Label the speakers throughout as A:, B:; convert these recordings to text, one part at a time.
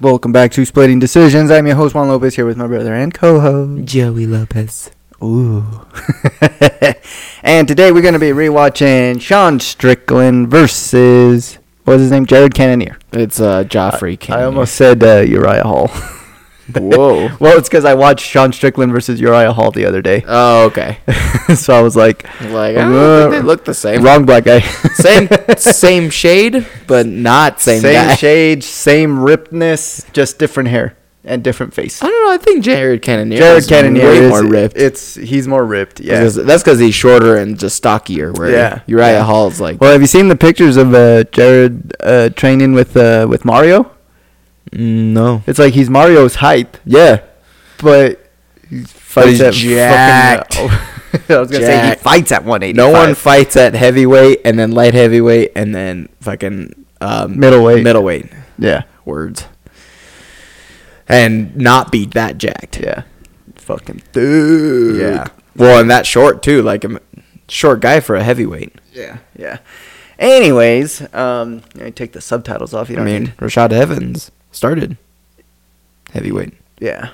A: Welcome back to Splitting Decisions. I'm your host Juan Lopez here with my brother and co-host.
B: Joey Lopez.
A: Ooh. and today we're going to be rewatching Sean Strickland versus what was his name? Jared Cannonier.
B: It's uh, Joffrey.
A: I
B: Kennedy.
A: almost said uh, Uriah Hall.
B: Whoa.
A: well, it's because I watched Sean Strickland versus Uriah Hall the other day,
B: Oh, okay.
A: so I was like,
B: Like I don't think they look the same.
A: wrong black guy.
B: Same, same shade, but not same, guy.
A: shade, same rippedness, just different hair and different face.
B: I don't know. I think Jared Cannonier.
A: Jared
B: is
A: Cannonier
B: way
A: is
B: more ripped.
A: It's he's more ripped. Yeah.
B: Because- That's because he's shorter and just stockier. Where
A: Yeah.
B: Uriah
A: Yeah.
B: Hall's like,
A: Well, have you seen the pictures of uh, Jared uh, training with uh, with Mario?
B: "Mm, no.
A: It's like he's Mario's height,
B: Yeah.
A: but he fights
B: he's
A: at
B: jacked.
A: fucking. I was gonna say he
B: Jacked.
A: fights at 180.
B: No one fights at heavyweight and then light heavyweight and then fucking um,
A: Middleweight.
B: Middleweight
A: yeah,
B: words. And not be that jacked.
A: yeah. Fucking dude.
B: Yeah. Well, and that short too, like a m- short guy for a heavyweight.
A: yeah, yeah. Anyways, um, I take the subtitles off. You
B: I
A: don't
B: mean,
A: need-
B: Rashad Evans started heavyweight.
A: yeah.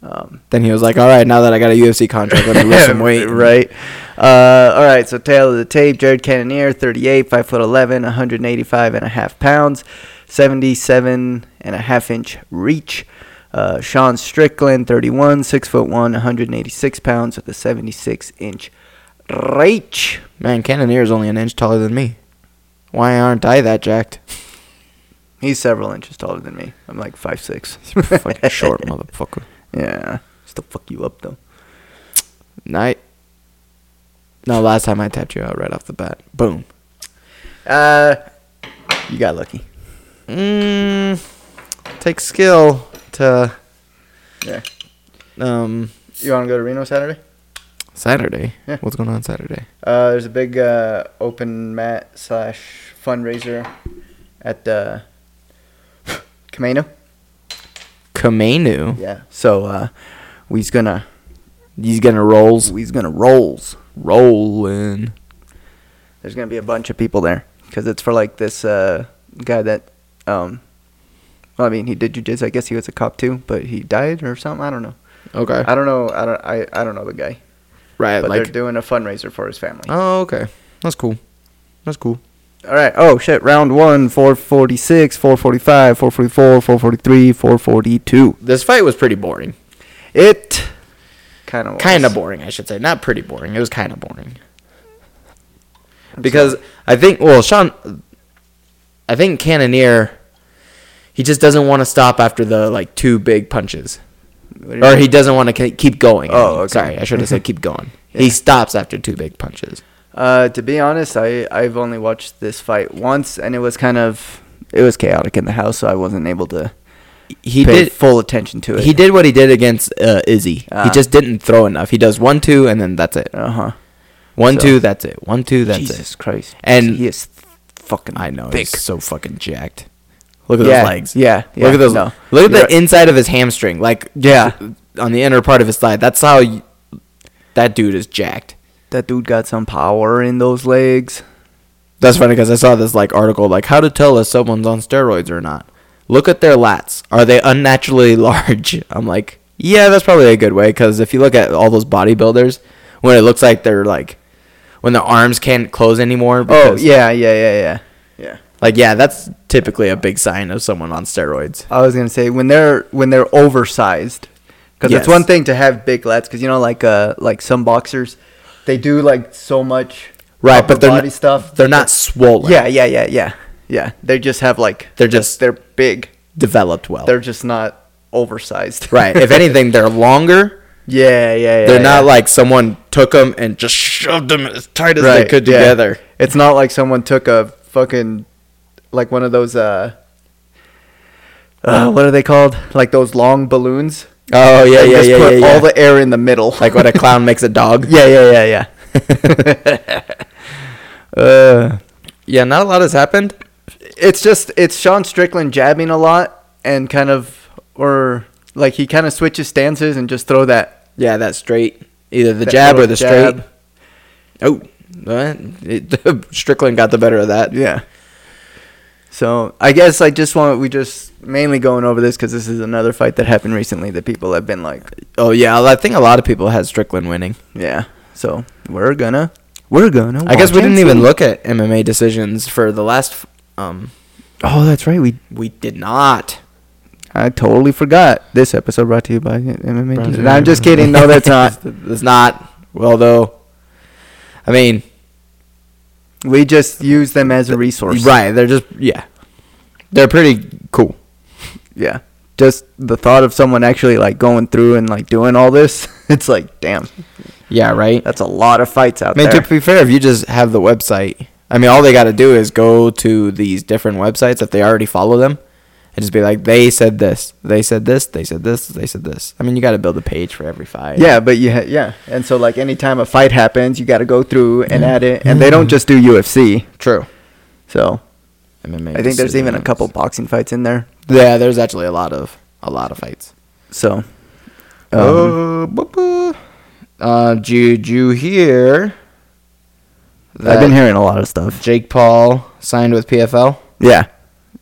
A: Um,
B: Then he was like, "All right, now that I got a UFC contract, let me lose some weight."
A: right. Uh, all right. So tail of the tape: Jared Cannonier, 38, 5 foot 11, 185 and a half pounds, 77 and a half inch reach. Uh, Sean Strickland, 31, 6 foot 1, 186 pounds with a 76 inch reach.
B: Man, Cannoneer is only an inch taller than me. Why aren't I that jacked?
A: He's several inches taller than me. I'm like five six.
B: Fucking short motherfucker.
A: Yeah. Still fuck you up though.
B: Night. No, last time I tapped you out right off the bat. Boom.
A: Uh, you got lucky.
B: Mm, takes skill to
A: Yeah.
B: um
A: You want to go to Reno Saturday?
B: Saturday.
A: Yeah.
B: What's going on Saturday?
A: Uh, there's a big uh, open mat slash fundraiser at the Kameno.
B: Mm-hmm. Kamenu.
A: Yeah. So uh, we's gonna
B: He's gonna rolls
A: we's gonna rolls.
B: rolling.
A: There's gonna be a bunch of people there because it's for like this uh, guy that um, well, I mean he did jujitsu. I guess he was a cop too, but he died or something. I don't know.
B: Okay.
A: I don't know. I don't. I, I don't know the guy.
B: right.
A: But
B: Like.
A: they're doing a fundraiser for his family.
B: Oh, okay. That's cool. That's cool.
A: All right. Oh shit. Round one. 446, 445, 444, 443, 442.
B: This fight was pretty boring.
A: It kind of
B: Kind of boring, I should say. Not pretty boring. It was kind of boring. because I think well Sean I think Cannoneer he just doesn't want to stop after the like two big punches or he doesn't want to keep going. I
A: Oh,
B: mean.
A: okay.
B: sorry, I should have said keep going. He stops after two big punches.
A: Uh, to be honest, I I've only watched this fight once, and it was kind of it was chaotic in the house, so I wasn't able to
B: He
A: pay
B: did
A: full attention to it.
B: he did what he did against uh, Izzy.
A: Ah.
B: he just didn't throw enough. He does one two and then that's it.
A: Uh huh.
B: One
A: So-
B: two that's it. One two that's
A: Jesus
B: it.
A: Christ.
B: And-
A: he is th- fucking.
B: I know.
A: Thick.
B: He's so fucking jacked. Look at
A: yeah,
B: those legs.
A: Yeah. yeah,
B: look at those.
A: No.
B: Look at the
A: You're right.
B: inside of his hamstring. Like
A: Yeah.
B: on the inner part of his thigh. That's how you, that dude is jacked.
A: that dude got some power in those legs.
B: That's funny because I saw this like article like how to tell if someone's on steroids or not. Look at their lats. Are they unnaturally large? I'm like, yeah, that's probably a good way because if you look at all those bodybuilders, when it looks like they're like, when their arms can't close anymore.
A: Oh
B: Because,
A: yeah, yeah, yeah, yeah, yeah.
B: Like yeah, that's typically a big sign of someone on steroids.
A: I was gonna say when they're when they're oversized, because
B: Yes.
A: it's one thing to have big lats, because you know like uh like some boxers, they do like so much
B: Right,
A: upper
B: but they're
A: body
B: not,
A: stuff.
B: They're not swollen.
A: Yeah, yeah, yeah, yeah, yeah. They just have like
B: They're just-
A: they're big.
B: developed well.
A: They're just not oversized.
B: right. If anything, they're longer.
A: yeah, yeah, yeah.
B: They're
A: yeah.
B: not like someone took them and just shoved them as tight as they
A: Right,
B: could
A: yeah.
B: together.
A: It's not like someone took a fucking like one of those uh. Uh, what are they called? Like those long balloons?
B: Oh yeah,
A: and
B: yeah,
A: just
B: yeah,
A: put
B: yeah,
A: all
B: yeah.
A: the air in the middle.
B: like what a clown makes a dog.
A: Yeah, yeah, yeah, yeah. uh,
B: Yeah, not a lot has happened.
A: it's just it's Sean Strickland jabbing a lot and kind of or like he kind of switches stances and just throw that
B: Yeah, that straight, either the
A: that
B: jab or
A: little
B: the
A: jab.
B: straight. Oh, what? It- Strickland got the better of that.
A: Yeah. So I guess I just want we just mainly going over this because this is another fight that happened recently that people have been like,
B: Oh yeah, I think a lot of people had Strickland winning.
A: yeah. So we're gonna we're gonna.
B: I guess
A: watch
B: we
A: and
B: didn't even
A: see.
B: look at MMA decisions for the last. Um,
A: Oh, that's right. We
B: we did not.
A: I totally forgot. This episode brought to you by MMA.
B: Brought to
A: Teaser.
B: you
A: No, I'm just
B: by-
A: kidding. No, that's not.
B: It's not. Well, though. I mean,
A: We just use them as a resource.
B: right? They're just yeah. They're pretty cool.
A: Yeah. Just the thought of someone actually like going through and like doing all this, it's like, damn,
B: Yeah, right.
A: that's a lot of fights out
B: I mean,
A: there.
B: to be fair, if you just have the website, I mean, all they got to do is go to these different websites if they already follow them, and just be like, they said this, they said this, they said this, they said this. I mean, you got to build a page for every fight.
A: yeah, but you ha- yeah, and so like anytime a fight happens, you got to go through and add it, and they don't just do UFC.
B: true.
A: So
B: MMA
A: I think there's even a
B: decisions.
A: couple boxing fights in there.
B: Yeah, there's actually a lot of a lot of fights.
A: So um,
B: Uh, boop, boop. uh, did you hear?
A: I've been
B: that
A: hearing a lot of stuff.
B: Jake Paul signed with PFL.
A: Yeah.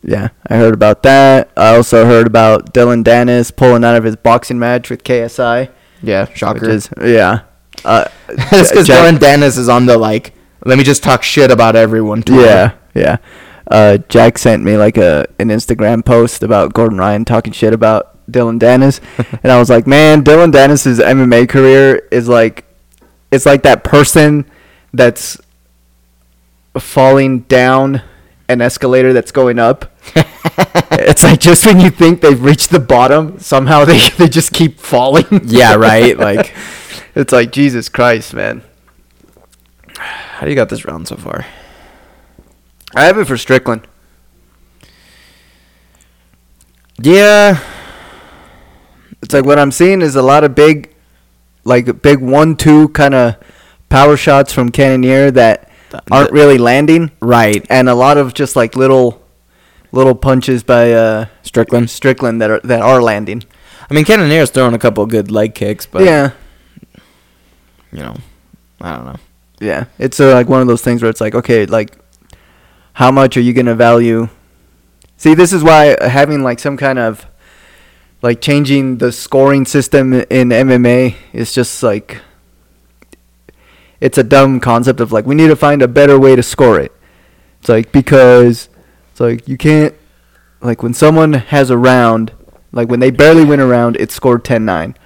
A: Yeah, I heard about that. I also heard about Dylan Dennis pulling out of his boxing match with KSI.
B: Yeah, shocker.
A: Which is, yeah. Uh,
B: That's because
A: Jack-
B: Dylan Dennis is on the like. Let me just talk shit about everyone. Tour.
A: Yeah, yeah. Uh, Jack sent me like a an Instagram post about Gordon Ryan talking shit about Dylan Dennis, and I was like, man, Dylan Dennis's MMA career is like, it's like that person that's falling down an escalator that's going up. it's like just when you think they've reached the bottom, somehow they they just keep falling.
B: Yeah, right. Like,
A: it's like Jesus Christ, man.
B: how do you got this round so far?
A: I have it for Strickland.
B: Yeah,
A: It's like what I'm seeing is a lot of big, like big one-two kind of power shots from Cannoneer that
B: The-
A: aren't
B: the-
A: really landing,
B: right.
A: and a lot of just like little, little punches by uh,
B: Strickland.
A: Strickland that are that are landing.
B: I mean, Cannonier's throwing a couple good leg kicks, but
A: yeah,
B: you know, I don't know.
A: yeah. It's uh, like one of those things where it's like, okay, like, how much are you gonna value? See, this is why having like some kind of like changing the scoring system in MMA is just like it's a dumb concept of like we need to find a better way to score it. It's like because it's like you can't like when someone has a round, like when they barely win a round, it's scored 10-9.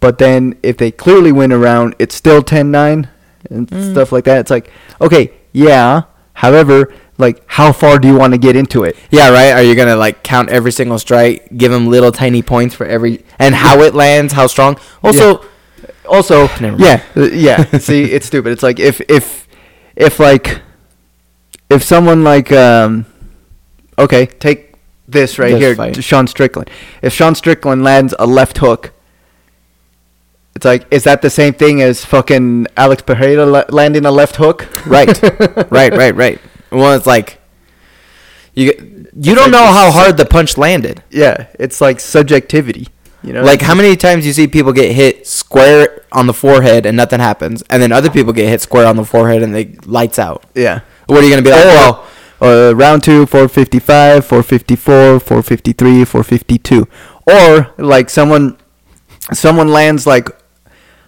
A: But then if they clearly win a round, it's still 10-9 and stuff like that. It's like okay, yeah. However, like how far do you want to get into it?
B: Yeah, right. Are you gonna like count every single strike, give him little tiny points for every, and how it lands, how strong? Also,
A: also
B: Never mind.
A: yeah uh, yeah see it's stupid it's like if if if like if someone like um okay take this right
B: This
A: here
B: fight.
A: sean strickland if sean strickland lands a left hook it's like is that the same thing as fucking alex pereira la- landing a left hook
B: right, right, right, right. Well, it's like you you don't
A: like
B: know
A: this
B: how hard the punch landed.
A: yeah it's like subjectivity you know
B: Like how many times you see people get hit square on the forehead and nothing happens, and then other people get hit square on the forehead and they lights out.
A: yeah
B: What are you gonna be like?
A: Oh,
B: Well,
A: uh, round two, 455, 454, 453, 452. Or like someone, someone lands like,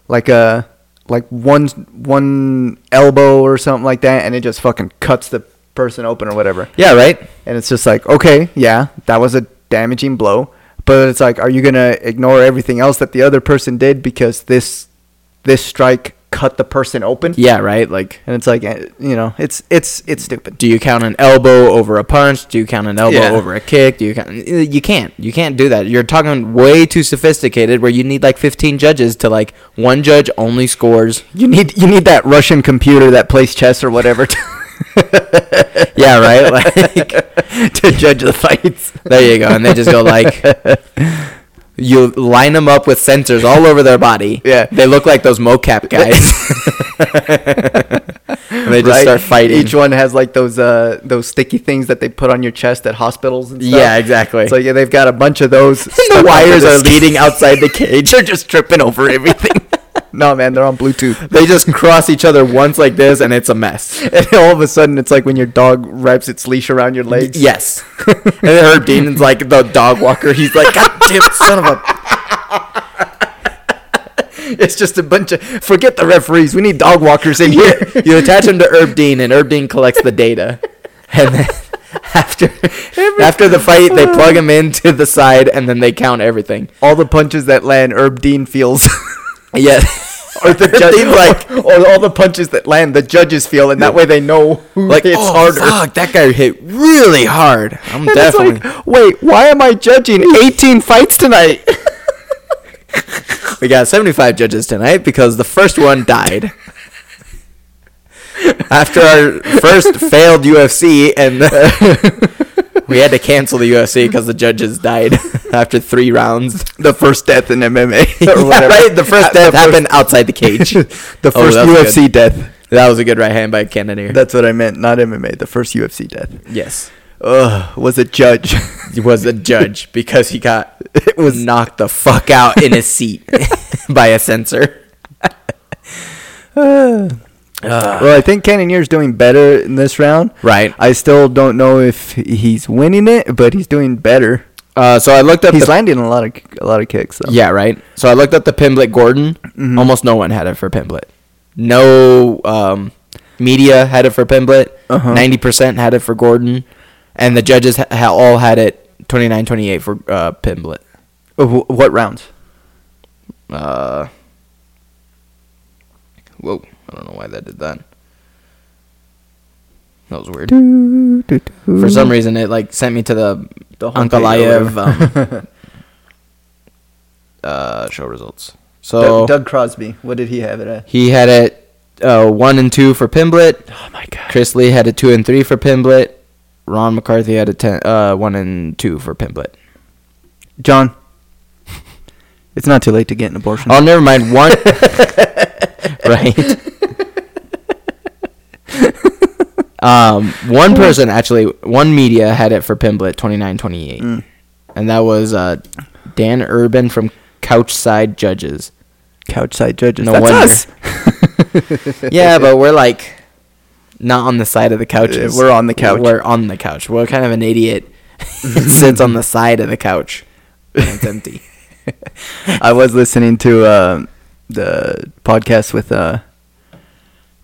A: like a, like one one elbow or something like that, and it just fucking cuts the person open or whatever.
B: yeah, right.
A: And it's just like, okay, yeah, that was a damaging blow, but it's like, are you gonna ignore everything else that the other person did because this, this strike cut the person open?
B: Yeah, right. Like,
A: And it's like, eh, you know, it's it's it's stupid.
B: do you count an elbow over a punch? Do you count an elbow
A: Yeah.
B: over a kick? Do you count? You can't. You can't do that. You're talking way too sophisticated. Where you need like 15 judges to like one judge only scores.
A: You need you need that Russian computer that plays chess or whatever to,
B: Yeah, right. Like.
A: to judge the fights.
B: There you go. And they just go like, you line them up with sensors all over their body.
A: Yeah.
B: They look like those mocap guys. and they just
A: Right?
B: start fighting.
A: Each one has like those uh those sticky things that they put on your chest at hospitals and stuff.
B: Yeah, exactly.
A: So yeah, they've got a bunch of those.
B: the wires are leading outside the
A: cage. They're just tripping over everything. no, man, they're on Bluetooth.
B: They just cross each other once like this, and it's a mess.
A: And all of a sudden, it's like when your dog wraps its leash around your legs.
B: Yes. and Herb Dean's like the dog walker. He's like, God damn it, son of a.
A: It's just a bunch of forget the referees. We need dog walkers in here.
B: You attach him to Herb Dean, and Herb Dean collects the data. And then after after the fight, they plug him into the side, and then they count everything.
A: all the punches that land, Herb Dean feels.
B: Yeah.
A: or the
B: Herb
A: judge,
B: Dean's like,
A: or, or all the punches that land, the judges feel, and that way they know who
B: like
A: hits
B: oh,
A: harder.
B: fuck, that guy hit really hard. I'm
A: And it's
B: definitely.
A: like, wait, why am I judging 18 fights tonight?
B: We got 75 judges tonight because the first one died. After our first failed UFC, and we had to cancel the UFC because the judges died after three rounds.
A: the first death in MMA.
B: Yeah,
A: Or whatever.
B: right? The
A: Uh,
B: first death happened outside the cage.
A: the
B: Oh,
A: first
B: that's good.
A: UFC death.
B: That was a good right hand by Cannoneer.
A: That's what I meant, not MMA. The first UFC death
B: yes.
A: Ugh, was a judge.
B: He was a judge because he got it was knocked the fuck out in his seat by a censor.
A: well, I think Cannonier's doing better in this round.
B: Ah. Right.
A: I still don't know if he's winning it, but he's doing better.
B: Uh, so I looked up.
A: He's
B: the,
A: landing a lot of a lot of kicks though.
B: yeah, right. So I looked up the Pimblett Gordon. Almost no one had it for Pimblett. No um, media had it for Pimblett.
A: Uh-huh.
B: 90% had it for Gordon. And the judges ha- ha- all had it 29 28 for uh, Pimblett.
A: Oh, wh- what rounds?
B: Uh, whoa. I don't know why that did that. That was weird. For some reason, it like sent me to the,
A: The
B: the
A: homepage
B: Uncle
A: or
B: Liev, um, uh, show results. So
A: Doug, Doug Crosby. What did he have it at?
B: he had it uh, one and two for Pimblett.
A: Oh my god.
B: Chris Lee had a two and three for Pimblett. Ron McCarthy had a ten, uh, one and two for Pimblett.
A: John. It's not too late to get an abortion.
B: Oh, never mind. One, right? um, one person actually, one media had it for Pimblett, twenty nine twenty eight,
A: Mm.
B: and that was uh, Dan Urban from Couchside Judges.
A: Couch side judges.
B: No
A: That's
B: wonder.
A: us.
B: yeah, but we're like not on the side of the couches.
A: we're on the couch.
B: We're on the couch. We're kind of an idiot. it sits on the side of the couch. And it's empty.
A: I was listening to uh, the podcast with uh,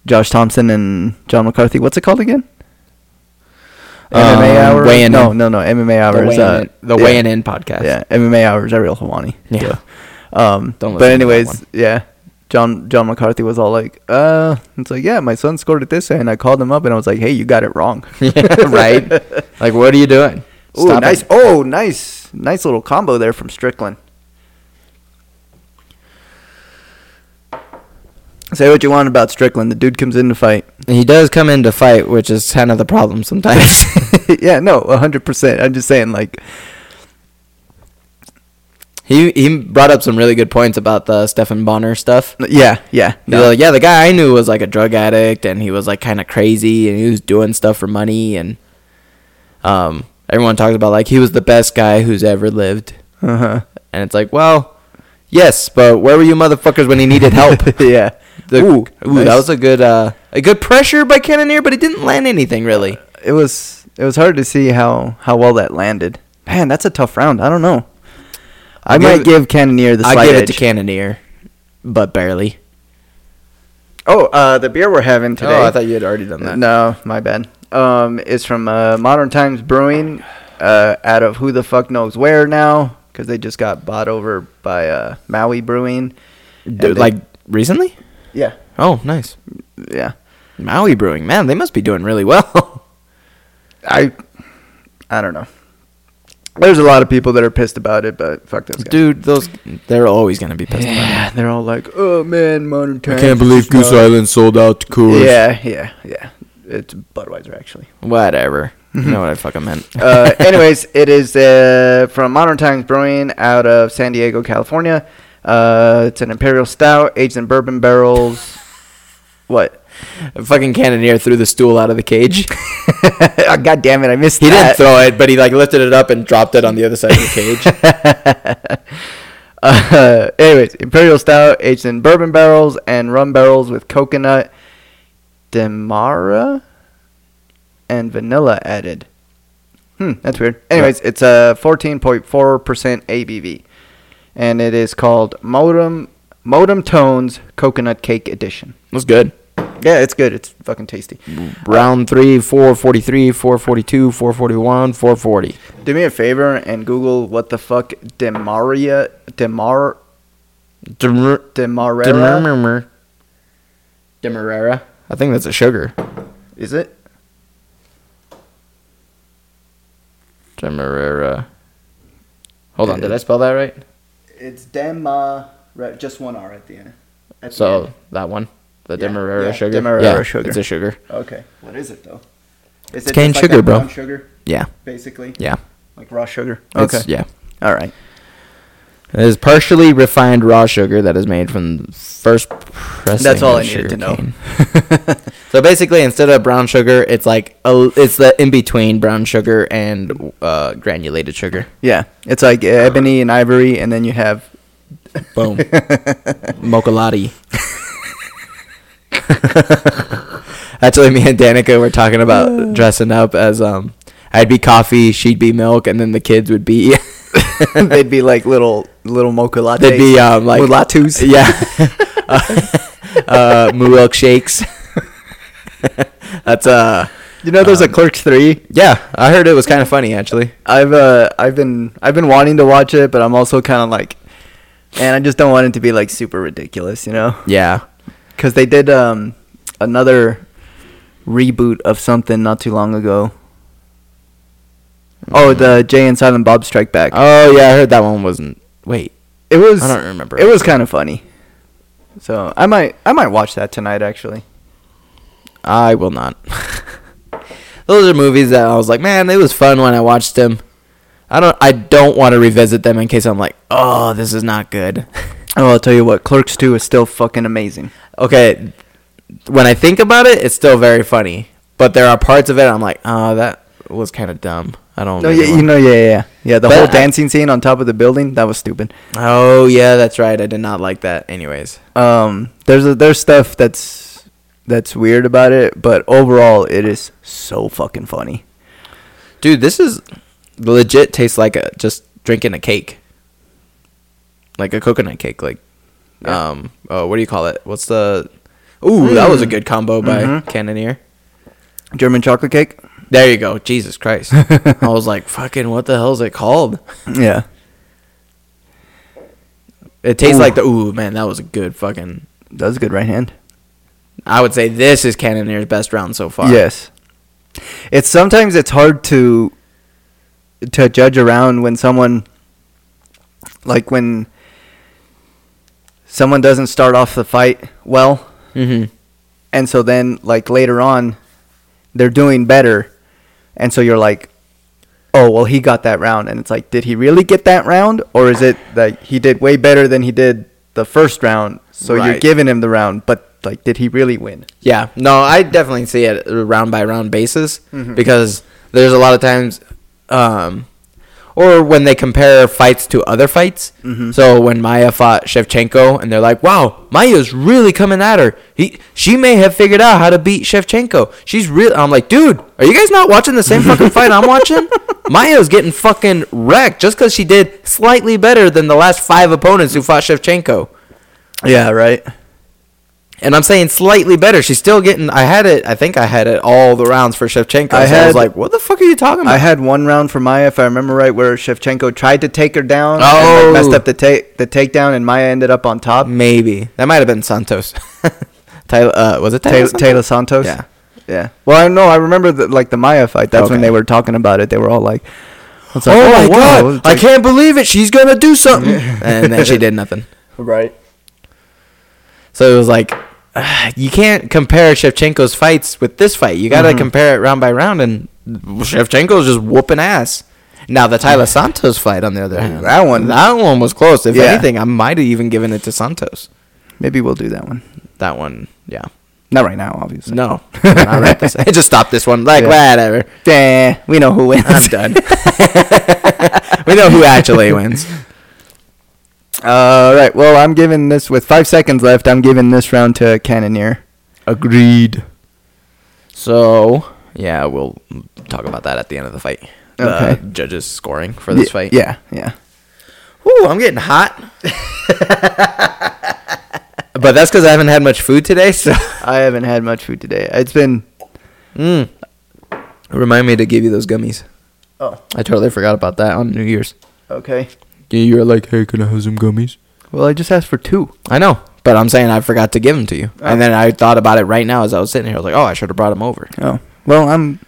A: Josh Thompson and John McCarthy. What's it called again? MMA
B: Um,
A: hour.
B: Weigh-In.
A: No, no, no. MMA hour.
B: the
A: is,
B: weighing,
A: uh,
B: in, the
A: yeah.
B: weighing in podcast.
A: Yeah, MMA hour is a real Hawani.
B: Yeah.
A: Um, but
B: Don't listen to that
A: anyways,
B: one.
A: yeah. John John McCarthy was all like, uh, it's like, yeah, my son scored at this, and I called him up, and I was like, hey, you got it wrong.
B: Yeah, right? like, what are you doing?
A: Ooh,
B: Stop it.
A: nice. Oh, nice, nice little combo there from Strickland. Say what you want about Strickland. The dude comes in to fight.
B: He does come in to fight, which is kind of the problem sometimes.
A: yeah, no, hundred percent. I'm just saying, like,
B: he he brought up some really good points about the Stefan Bonner stuff.
A: yeah, yeah,
B: He was like, yeah, the guy I knew was like a drug addict, and he was like kind of crazy, and he was doing stuff for money, and um, everyone talks about like he was the best guy who's ever lived,
A: uh huh,
B: and it's like, well, yes, but where were you motherfuckers when he needed help?
A: yeah.
B: The, ooh, that
A: nice.
B: was a good uh, a good pressure by Cannoneer, but it didn't land anything really.
A: it was it was hard to see how how well that landed. Man, that's a tough round. I don't know. I
B: I'll
A: might
B: give
A: give Cannoneer the
B: I
A: slight
B: give it
A: edge.
B: to Cannoneer, but barely.
A: oh, uh, the beer we're having today.
B: you had already done
A: No, my bad. Um, it's from uh, Modern Times Brewing, uh, out of who the fuck knows where now, because they just got bought over by uh, Maui Brewing. And they-
B: like recently?
A: yeah,
B: Oh, nice.
A: yeah.
B: Maui Brewing, man, they must be doing really well.
A: I, I don't know. There's a lot of people that are pissed about it, but fuck those guys.
B: Dude, those they're always gonna be pissed. about
A: Yeah, they're all like, "Oh man, Modern Times."
C: I can't believe
A: is not-"
C: Goose Island sold out to Coors.
A: Yeah, yeah, yeah. It's Budweiser actually.
B: it. Whatever. You
A: Mm-hmm.
B: know what I fucking meant.
A: uh, anyways, it is uh, from Modern Times Brewing out of San Diego, California. Uh, it's an imperial stout aged in bourbon barrels. What?
B: fucking cannoneer threw the stool out of the cage.
A: oh, God damn it! I missed
B: He didn't
A: that.
B: throw it, but he like lifted it up and dropped it on the other side of the cage.
A: Uh, anyways, Imperial Stout aged in bourbon barrels and rum barrels with coconut, demara, and vanilla added. Hmm, that's weird. Anyways, it's a 14.4% ABV, and it is called Modem Modem Tones Coconut Cake Edition.
B: That's good.
A: Yeah, it's good. It's fucking tasty.
B: Round three, 443, 442, 441, 440.
A: Do me a favor and Google what the fuck Demaria Demar
B: Demar-
A: Demarera
B: Demerara. Demerara. I think that's a sugar.
A: is it?
B: Demerara. Hold on, did I spell that right?
A: It's Dema just one R at the end.
B: So that one, the
A: Yeah,
B: Demerara
A: yeah,
B: sugar.
A: Demerara
B: yeah,
A: sugar.
B: It's a sugar.
A: okay, what is it though? Is
B: It's cane
A: just
B: sugar,
A: that
B: bro.
A: brown Sugar,
B: Yeah,
A: basically,
B: yeah.
A: like raw sugar.
B: It's-
A: Okay,
B: yeah.
A: all right.
B: It is partially refined raw sugar that is made from first pressing.
A: That's all
B: of
A: I needed to
B: sugar
A: know.
B: cane. So basically, instead of brown sugar, it's like a, it's the in between brown sugar and uh, granulated sugar.
A: yeah, it's like ebony and ivory, and then you have
B: Boom, mocolati. Actually, me and Danica were talking about dressing up as um, I'd be coffee, she'd be milk, and then the kids would be
A: they'd be like little little mocha lattes.
B: they'd be um like
A: latus.
B: yeah, uh, milkshakes. That's uh
A: You know, there's a Clerks three.
B: yeah. I heard it was kind of funny actually.
A: I've uh I've been I've been wanting to watch it, but I'm also kind of like, and I just don't want it to be like super ridiculous, you know?
B: Yeah.
A: Because they did um another reboot of something not too long ago. Oh, the Jay and Silent Bob Strike Back.
B: Oh yeah, I heard that one wasn't. Wait,
A: it was
B: I don't remember.
A: It was kind of funny. So I might I might watch that tonight actually.
B: I will not. Those are movies that I was like, man, it was fun when I watched them. I don't. I don't want to revisit them in case I'm like, oh, this is not good.
A: Oh, I'll tell you what, Clerks Two is still fucking amazing.
B: okay, when I think about it, it's still very funny, but there are parts of it I'm like, oh, that was kind of dumb. I don't.
A: No,
B: really
A: yeah,
B: want-
A: you know, yeah, yeah, yeah. yeah the
B: But
A: whole
B: I-
A: dancing scene on top of the building that was stupid.
B: Oh yeah, that's right. I did not like that. Anyways,
A: um there's a, there's stuff that's that's weird about it but overall it is so fucking funny
B: dude, this is legit. Tastes like a just drinking a cake, like a coconut cake. Like,
A: Yeah. Mm.
B: um, oh, what do you call it? What's the? Ooh, that was a good combo by
A: Mhm.
B: Cannoneer.
A: german chocolate cake
B: There you go. Jesus Christ. I was like, fucking, what the hell is it called?
A: yeah
B: It tastes
A: Ooh.
B: like the. Ooh, man, that was a good fucking.
A: that was a good right hand
B: I would say this is Cannoneer's best round so far.
A: yes it's sometimes it's hard to to judge around when someone like when someone doesn't start off the fight well
B: Mm-hmm.
A: and so then like later on they're doing better and so you're like oh well he got that round and it's like did he really get that round or is it that he did way better than he did the first round so you're
B: Right.
A: giving him the round but like did he really win
B: Yeah, no, I definitely see it a round by round basis because there's a lot of times, um, or when they compare fights to other fights. So when Maya fought Shevchenko, and they're like, "Wow, Maya's really coming at her. He, she may have figured out how to beat Shevchenko. She's real." I'm like, "Dude, are you guys not watching the same fucking fight I'm watching? Maya's getting fucking wrecked just because she did slightly better than the last five opponents who fought Shevchenko."
A: yeah right
B: And I'm saying slightly better. She's still getting. I had it. I think I had it all the rounds for Shevchenko.
A: I
B: I, so I
A: had-
B: was like, "What the fuck are you talking
A: i
B: about?"
A: had one round for maya if i remember right where shevchenko tried to take her down
B: Oh. Mm.
A: and like, messed up the take the takedown and maya ended up on top
B: Maybe that might have been Santos. Taylor, uh, was it Taylor?
A: Taylor, Taylor
B: Santos?
A: Santos.
B: Yeah.
A: yeah. Well, I know I remember the, like the Maya fight. That's when
B: Okay.
A: they were talking about it. They were all like, it's like,
B: oh my
A: wow."
B: god!
A: It's
B: I
A: like-
B: can't believe it. She's gonna do something, and then she did nothing.
A: Right.
B: So it was like, ah, you can't compare Shevchenko's fights with this fight. You
A: Mm-hmm.
B: gotta compare it round by round, and Shevchenko's just whooping ass. Now the Tyler Santos fight, on the other hand,
A: That one-
B: that one was close. If
A: Yeah.
B: anything, I might have even given it to Santos.
A: Maybe we'll do that one.
B: That one, yeah.
A: Not right now, obviously.
B: No, not right this. I just stopped this one. Like
A: Yeah.
B: whatever.
A: Eh, we know who wins.
B: I'm done. we know who actually wins.
A: All right. Well, I'm giving this with five seconds left. I'm giving this round to Cannoneer.
B: Agreed. So yeah, we'll talk about that at the end of the fight. The
A: Okay.
B: judges scoring for this
A: yeah,
B: fight.
A: Yeah. Yeah.
B: Ooh, I'm getting hot. but that's because I haven't had much food today. So uh,
A: I haven't had much food today. It's been.
B: Mm. remind me to give you those gummies.
A: Oh.
B: I totally forgot about that on New Year's.
A: Okay.
C: Yeah, you were like, hey, can I have some gummies?
A: Well, I just asked for two.
B: I know, but I'm saying I forgot to give them to you.
A: Oh.
B: And then I thought about it right now as I was sitting here. I was like, oh, I should have brought them over.
A: Oh. Well, I'm.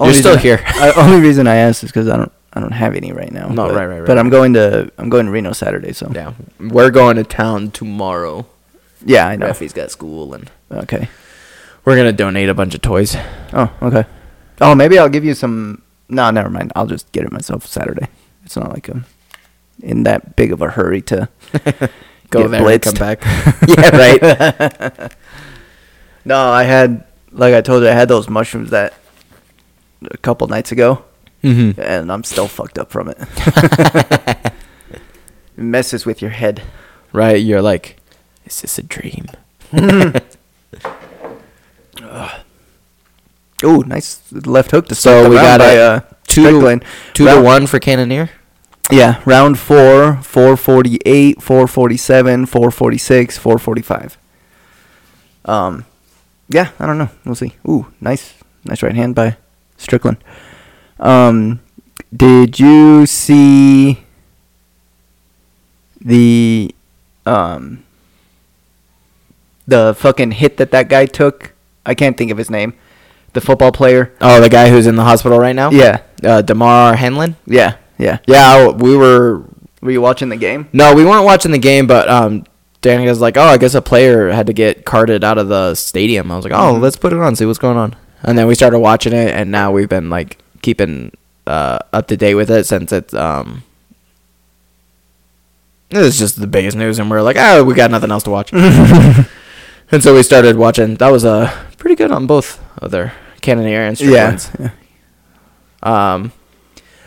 B: You're still here.
A: I, only reason I asked is because I don't. I don't have any right now.
B: No,
A: but,
B: right, right, right,
A: But I'm
B: right.
A: going to. I'm going to Reno Saturday. So.
B: Yeah, we're going to town tomorrow.
A: Yeah, I know.
B: Rafi's got school, and
A: Okay.
B: we're gonna donate a bunch of toys.
A: Oh, okay. Oh, maybe I'll give you some. No, never mind. I'll just get it myself Saturday. It's not like I'm in that big of a hurry to
B: Go
A: Get
B: there, and come
A: blitzed.
B: back.
A: yeah, right. no, I had like I told you, I had those mushrooms that a couple nights ago,
B: mm-hmm.
A: and I'm still fucked up from it. it messes with your head.
B: Right, you're like, is this a dream?
A: Ooh, nice left hook to start.
B: So
A: the
B: we
A: round
B: got
A: by,
B: a
A: uh,
B: two,
A: Strickland.
B: two to
A: Round-
B: one for Cannoneer.
A: Yeah, round four, four forty eight, four forty seven, four forty six, four forty five. Um, yeah, I don't know. We'll see. Ooh, nice, nice right hand by Strickland. Um, did you see the um the fucking hit that that guy took? I can't think of his name. The football player.
B: Oh, the guy who's in the hospital right now.
A: Yeah,
B: uh, Damar Henlin.
A: yeah, yeah.
B: Yeah, I- we were.
A: Were you watching the game?
B: No, we weren't watching the game, but um, Danica's like, "Oh, I guess a player had to get carted out of the stadium." I was like, "Oh,
A: Mhm.
B: let's put it on, see what's going on." And then we started watching it, and now we've been like keeping uh, up to date with it since it's um. It's just the biggest news, and we're like, "Oh, we got nothing else to watch," and so we started watching. That was uh, pretty good on both other Cannoneer and Strickland's.
A: yeah.
B: Um,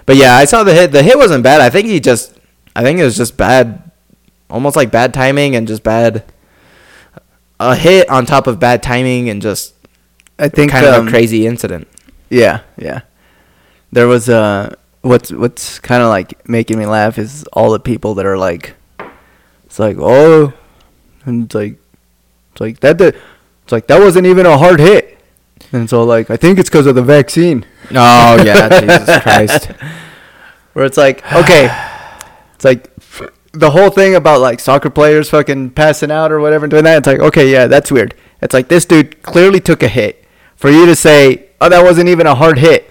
B: but yeah, I saw the hit. The hit wasn't bad. I think he just, I think it was just bad, almost like bad timing and just bad. A hit on top of bad timing and just
A: I think
B: kind of
A: um,
B: a crazy incident.
A: Yeah, yeah. There was uh what's what's kind of like making me laugh is all the people that are like, it's like oh, and it's like, it's like that did, it's like that wasn't even a hard hit, and so like I think it's because of the vaccine.
B: Oh yeah, Jesus Christ!
A: Where it's like okay, it's like the whole thing about like soccer players fucking passing out or whatever and doing that. It's like okay, yeah, that's weird. It's like this dude clearly took a hit. For you to say, oh, that wasn't even a hard hit.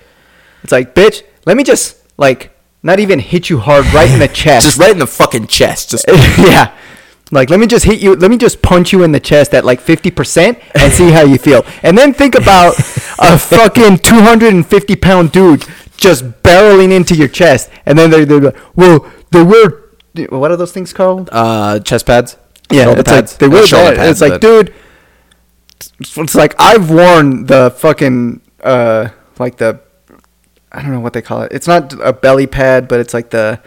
A: It's like, bitch, let me just like not even hit you hard right in the chest.
B: just right in the fucking chest. Just
A: yeah. Like let me just hit you. Let me just punch you in the chest at like fifty percent and see how you feel. And then think about a fucking two hundred and fifty pound dude just barreling into your chest. And then they're, they're like, well, they were what are those things called?
B: uh, chest pads.
A: Yeah,
B: Shoulder
A: it's
B: pads.
A: like they
B: Not
A: were
B: shoulder
A: bad. It's
B: pads,
A: like,
B: but-
A: dude, it's it's like I've worn the fucking uh, like the I don't know what they call it. It's not a belly pad, but it's like the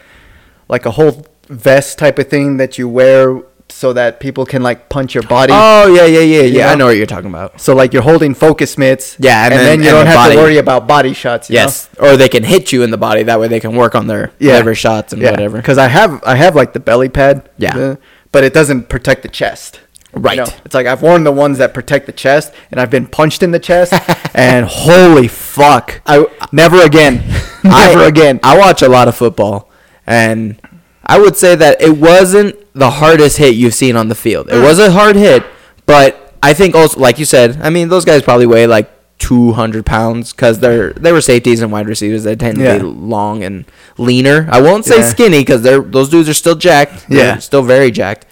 A: like a whole vest type of thing that you wear so that people can like punch your body.
B: Oh yeah, yeah, yeah, yeah.
A: know?
B: I know what you're talking about.
A: So like you're holding focus mitts.
B: Yeah,
A: and,
B: and
A: then,
B: then-
A: you
B: and
A: don't
B: the
A: have
B: body.
A: to worry about body shots. You know?
B: Yes, or they can hit you in the body. That way they can work on their whatever shots and whatever.
A: Because I have I have like the belly pad.
B: Yeah.
A: uh, but it doesn't protect the chest. You
B: Right.
A: know, It's like I've worn the ones that protect the chest, and I've been punched in the chest, and holy fuck!
B: I-
A: never again, never
B: I,
A: again.
B: I watch a lot of football, and I would say that it wasn't the hardest hit you've seen on the field.
A: Mm.
B: It was a hard hit, but I think also, like you said, I mean, those guys probably weigh like 200 pounds because they're they were safeties and wide receivers. They tend to
A: Yeah.
B: be long and leaner. I won't say
A: Yeah.
B: skinny because they're those dudes are still jacked. They're
A: Yeah.
B: still very jacked.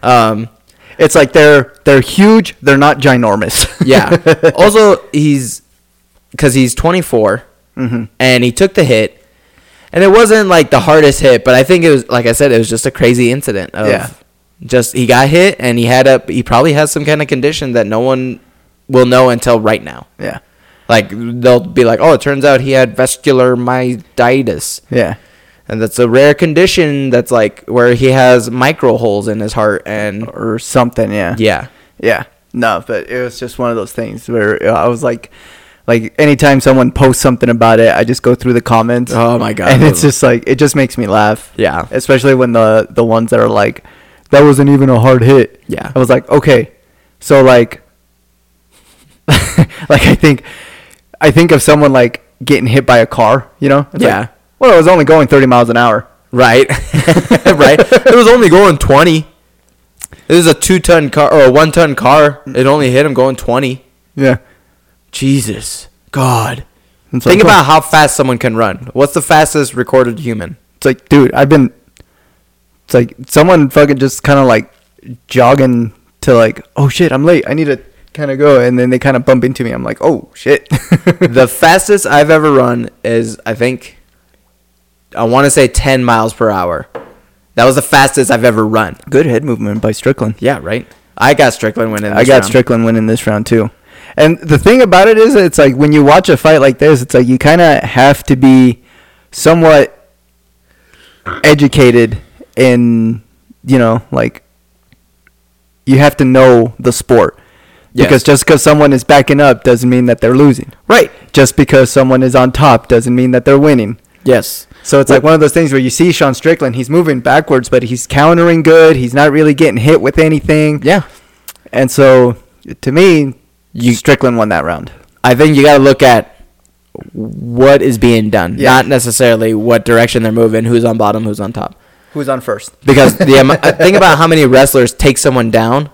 B: Um,
A: It's like they're they're huge. They're not ginormous.
B: yeah. also, he's because he's 24, and he took the hit, and it wasn't like the hardest hit, but I think it was like I said, it was just a crazy incident. Of
A: Yeah.
B: Just he got hit, and he had a he probably has some kind of condition that no one will know until right now.
A: yeah,
B: Like they'll be like, oh, it turns out he had vascular myositis.
A: yeah.
B: and that's a rare condition that's like where he has micro holes in his heart and
A: or something. Yeah.
B: yeah
A: Yeah. No, but it was just one of those things where uh, I was like, like anytime someone posts something about it, I just go through the comments.
B: Oh my God.
A: And it's just like it just makes me laugh.
B: Yeah.
A: Especially when the the ones that are like, that wasn't even a hard hit.
B: Yeah.
A: I was like, okay, so like, like I think, I think of someone like getting hit by a car. You know? It's like,
B: Yeah.
A: well, I was only going thirty miles an hour.
B: right right it was only going 20 it was a two ton car or a one ton car it only hit him going 20
A: Yeah.
B: jesus god
A: It's
B: think
A: like,
B: about how fast someone can run what's the fastest recorded human
A: It's like, dude, I've been. It's like someone fucking just kind of like jogging to like, oh shit, I'm late. I need to kind of go, and then they kind of bump into me. I'm like, oh shit.
B: the fastest I've ever run is I think I want to say 10 miles per hour. That was the fastest I've ever run.
A: good head movement by Strickland.
B: Yeah, right. I got Strickland winning.
A: I got Strickland winning this round too. And the thing about it is, it's like when you watch a fight like this, it's like you kind of have to be somewhat educated in, you know, like you have to know the sport.
B: Yes.
A: Because just because someone is backing up doesn't mean that they're losing.
B: Right.
A: Just because someone is on top doesn't mean that they're winning.
B: Yes.
A: So it's like one of those things where you see Sean Strickland, he's moving backwards, but he's countering good. He's not really getting hit with anything.
B: Yeah.
A: And so, to me, Strickland won that round.
B: I think you got to look at what is being done,
A: Yeah.
B: not necessarily what direction they're moving, who's on bottom, who's on top.
A: Who's on first?
B: Because the am- uh, think about how many wrestlers take someone down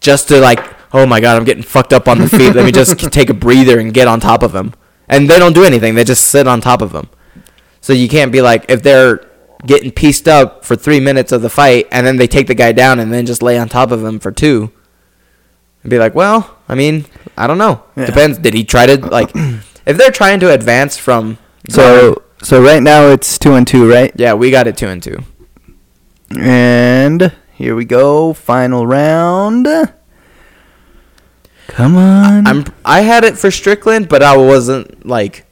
B: just to like, oh my god, I'm getting fucked up on the feet. Let me just take a breather and get on top of them. And they don't do anything. They just sit on top of them. So you can't be like if they're getting pieced up for three minutes of the fight and then they take the guy down and then just lay on top of him for two. And be like, well, I mean, I don't know.
A: Yeah.
B: Depends. Did he try to like? If they're trying to advance from
A: So, so right now it's two and two, right?
B: yeah, we got it two and two.
A: And here we go, final round. Come on.
B: I'm I had it for Strickland, but I wasn't like,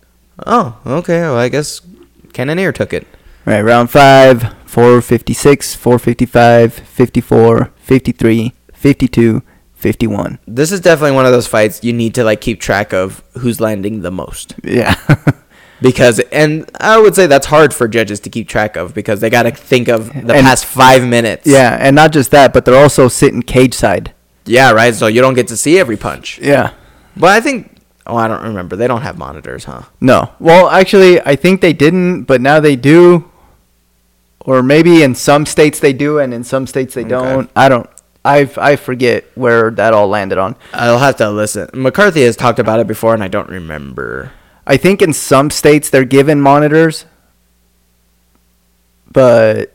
B: oh, okay, well, I guess Cannoneer took it.
A: All right, round five, 456, 455, 54, 53, 52, 51.
B: This is definitely one of those fights you need to like keep track of who's landing the most
A: Yeah.
B: because, and I would say that's hard for judges to keep track of because they got to think of the
A: And-
B: past five minutes.
A: yeah, and not just that, but they're also sitting cage side.
B: yeah, right. So you don't get to see every punch.
A: Yeah.
B: But I think, oh, I don't remember. They don't have monitors, huh?
A: No. Well, actually, I think they didn't, but now they do. Or maybe in some states they do, and in some states they don't. I don't. I I forget where that all landed on.
B: I'll have to listen. McCarthy has talked about it before, and I don't remember.
A: I think in some states they're given monitors, but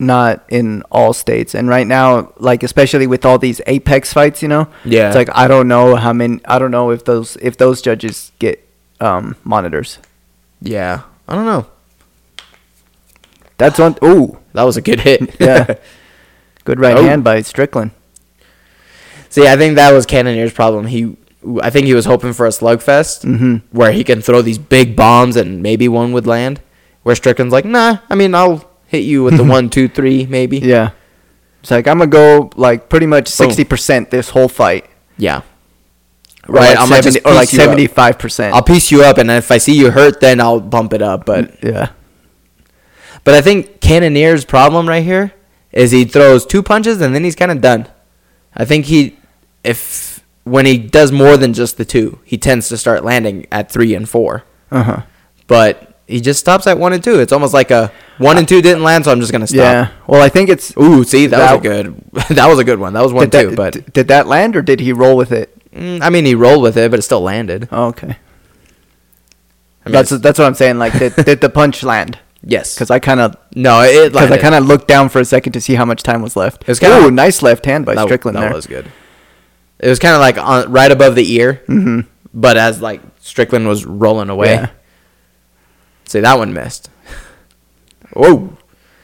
A: not in all states. And right now, like especially with all these apex fights, you know,
B: Yeah.
A: it's like I don't know how many. I don't know if those if those judges get um, monitors.
B: Yeah, I don't know.
A: That's one. Ooh,
B: That was a good hit.
A: Yeah. good right
B: Oh.
A: hand by Strickland.
B: See, I think that was Cannoneer's problem. He, I think he was hoping for a slugfest
A: Mhm.
B: where he can throw these big bombs and maybe one would land. Where Strickland's like, nah, I mean, I'll hit you with the one, two, three, maybe.
A: Yeah. It's like I'm gonna go like pretty much
B: Boom.
A: sixty percent this whole fight.
B: Yeah.
A: Or
B: Right,
A: like
B: I'm gonna just
A: 70 or like
B: piece you up.
A: seventy five percent.
B: I'll piece you up, and if I see you hurt, then I'll bump it up. But
A: Yeah.
B: but I think Cannoneer's problem right here is he throws two punches and then he's kind of done. I think he, if when he does more than just the two, he tends to start landing at three and four.
A: Uh huh.
B: but he just stops at one and two. It's almost like a one and two didn't land, so I'm just gonna stop.
A: Yeah. Well, I think it's.
B: Ooh, see, that,
A: That-
B: was a good. That was a good one. That was one
A: Did
B: two,
A: that,
B: but
A: d- did that land or did he roll with it?
B: mm, I mean, he rolled with it, but it still landed.
A: Oh, okay.
B: I mean,
A: that's
B: it's-
A: that's what I'm saying. Like, did, did the punch land?
B: yes.
A: Because I kind of
B: no, it
A: because I
B: landed.
A: kind of looked down for a second to see how much time was left.
B: It was kinda-
A: Ooh, nice left hand by
B: that,
A: Strickland
B: that
A: there.
B: was good. It was kind of like on, right above the ear,
A: Mhm.
B: but as like Strickland was rolling away.
A: Yeah.
B: See, that one missed. Whoa.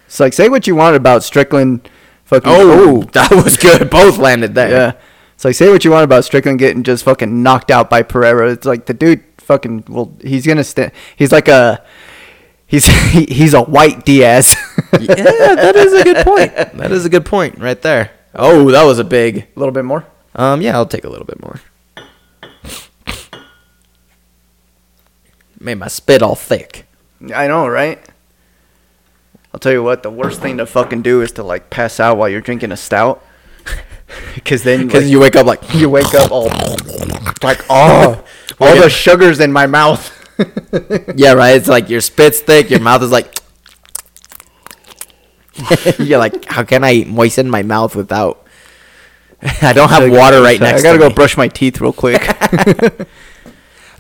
A: So like, say what you want about Strickland. Fucking.
B: Oh,
A: Ooh.
B: that was good. Both landed there.
A: Yeah. So like, say what you want about Strickland getting just fucking knocked out by Pereira. It's like the dude fucking well, he's gonna stand. He's like a He's he, he's a white Diaz.
B: yeah, that is a good point. That is a good point right there. Oh, that was a big.
A: A little bit more.
B: Um, yeah, I'll take a little bit more. Made my spit all thick.
A: I know, right? I'll tell you what. The worst thing to fucking do is to like pass out while you're drinking a stout. Because then,
B: Because
A: like,
B: you wake up like
A: you wake up all like oh, all the sugars in my mouth.
B: yeah, right. It's like your spit's thick. Your mouth is like. You're like, how can I moisten my mouth without? I don't have water right
A: Sorry,
B: next.
A: I gotta
B: to
A: go
B: me.
A: brush my teeth real quick. That's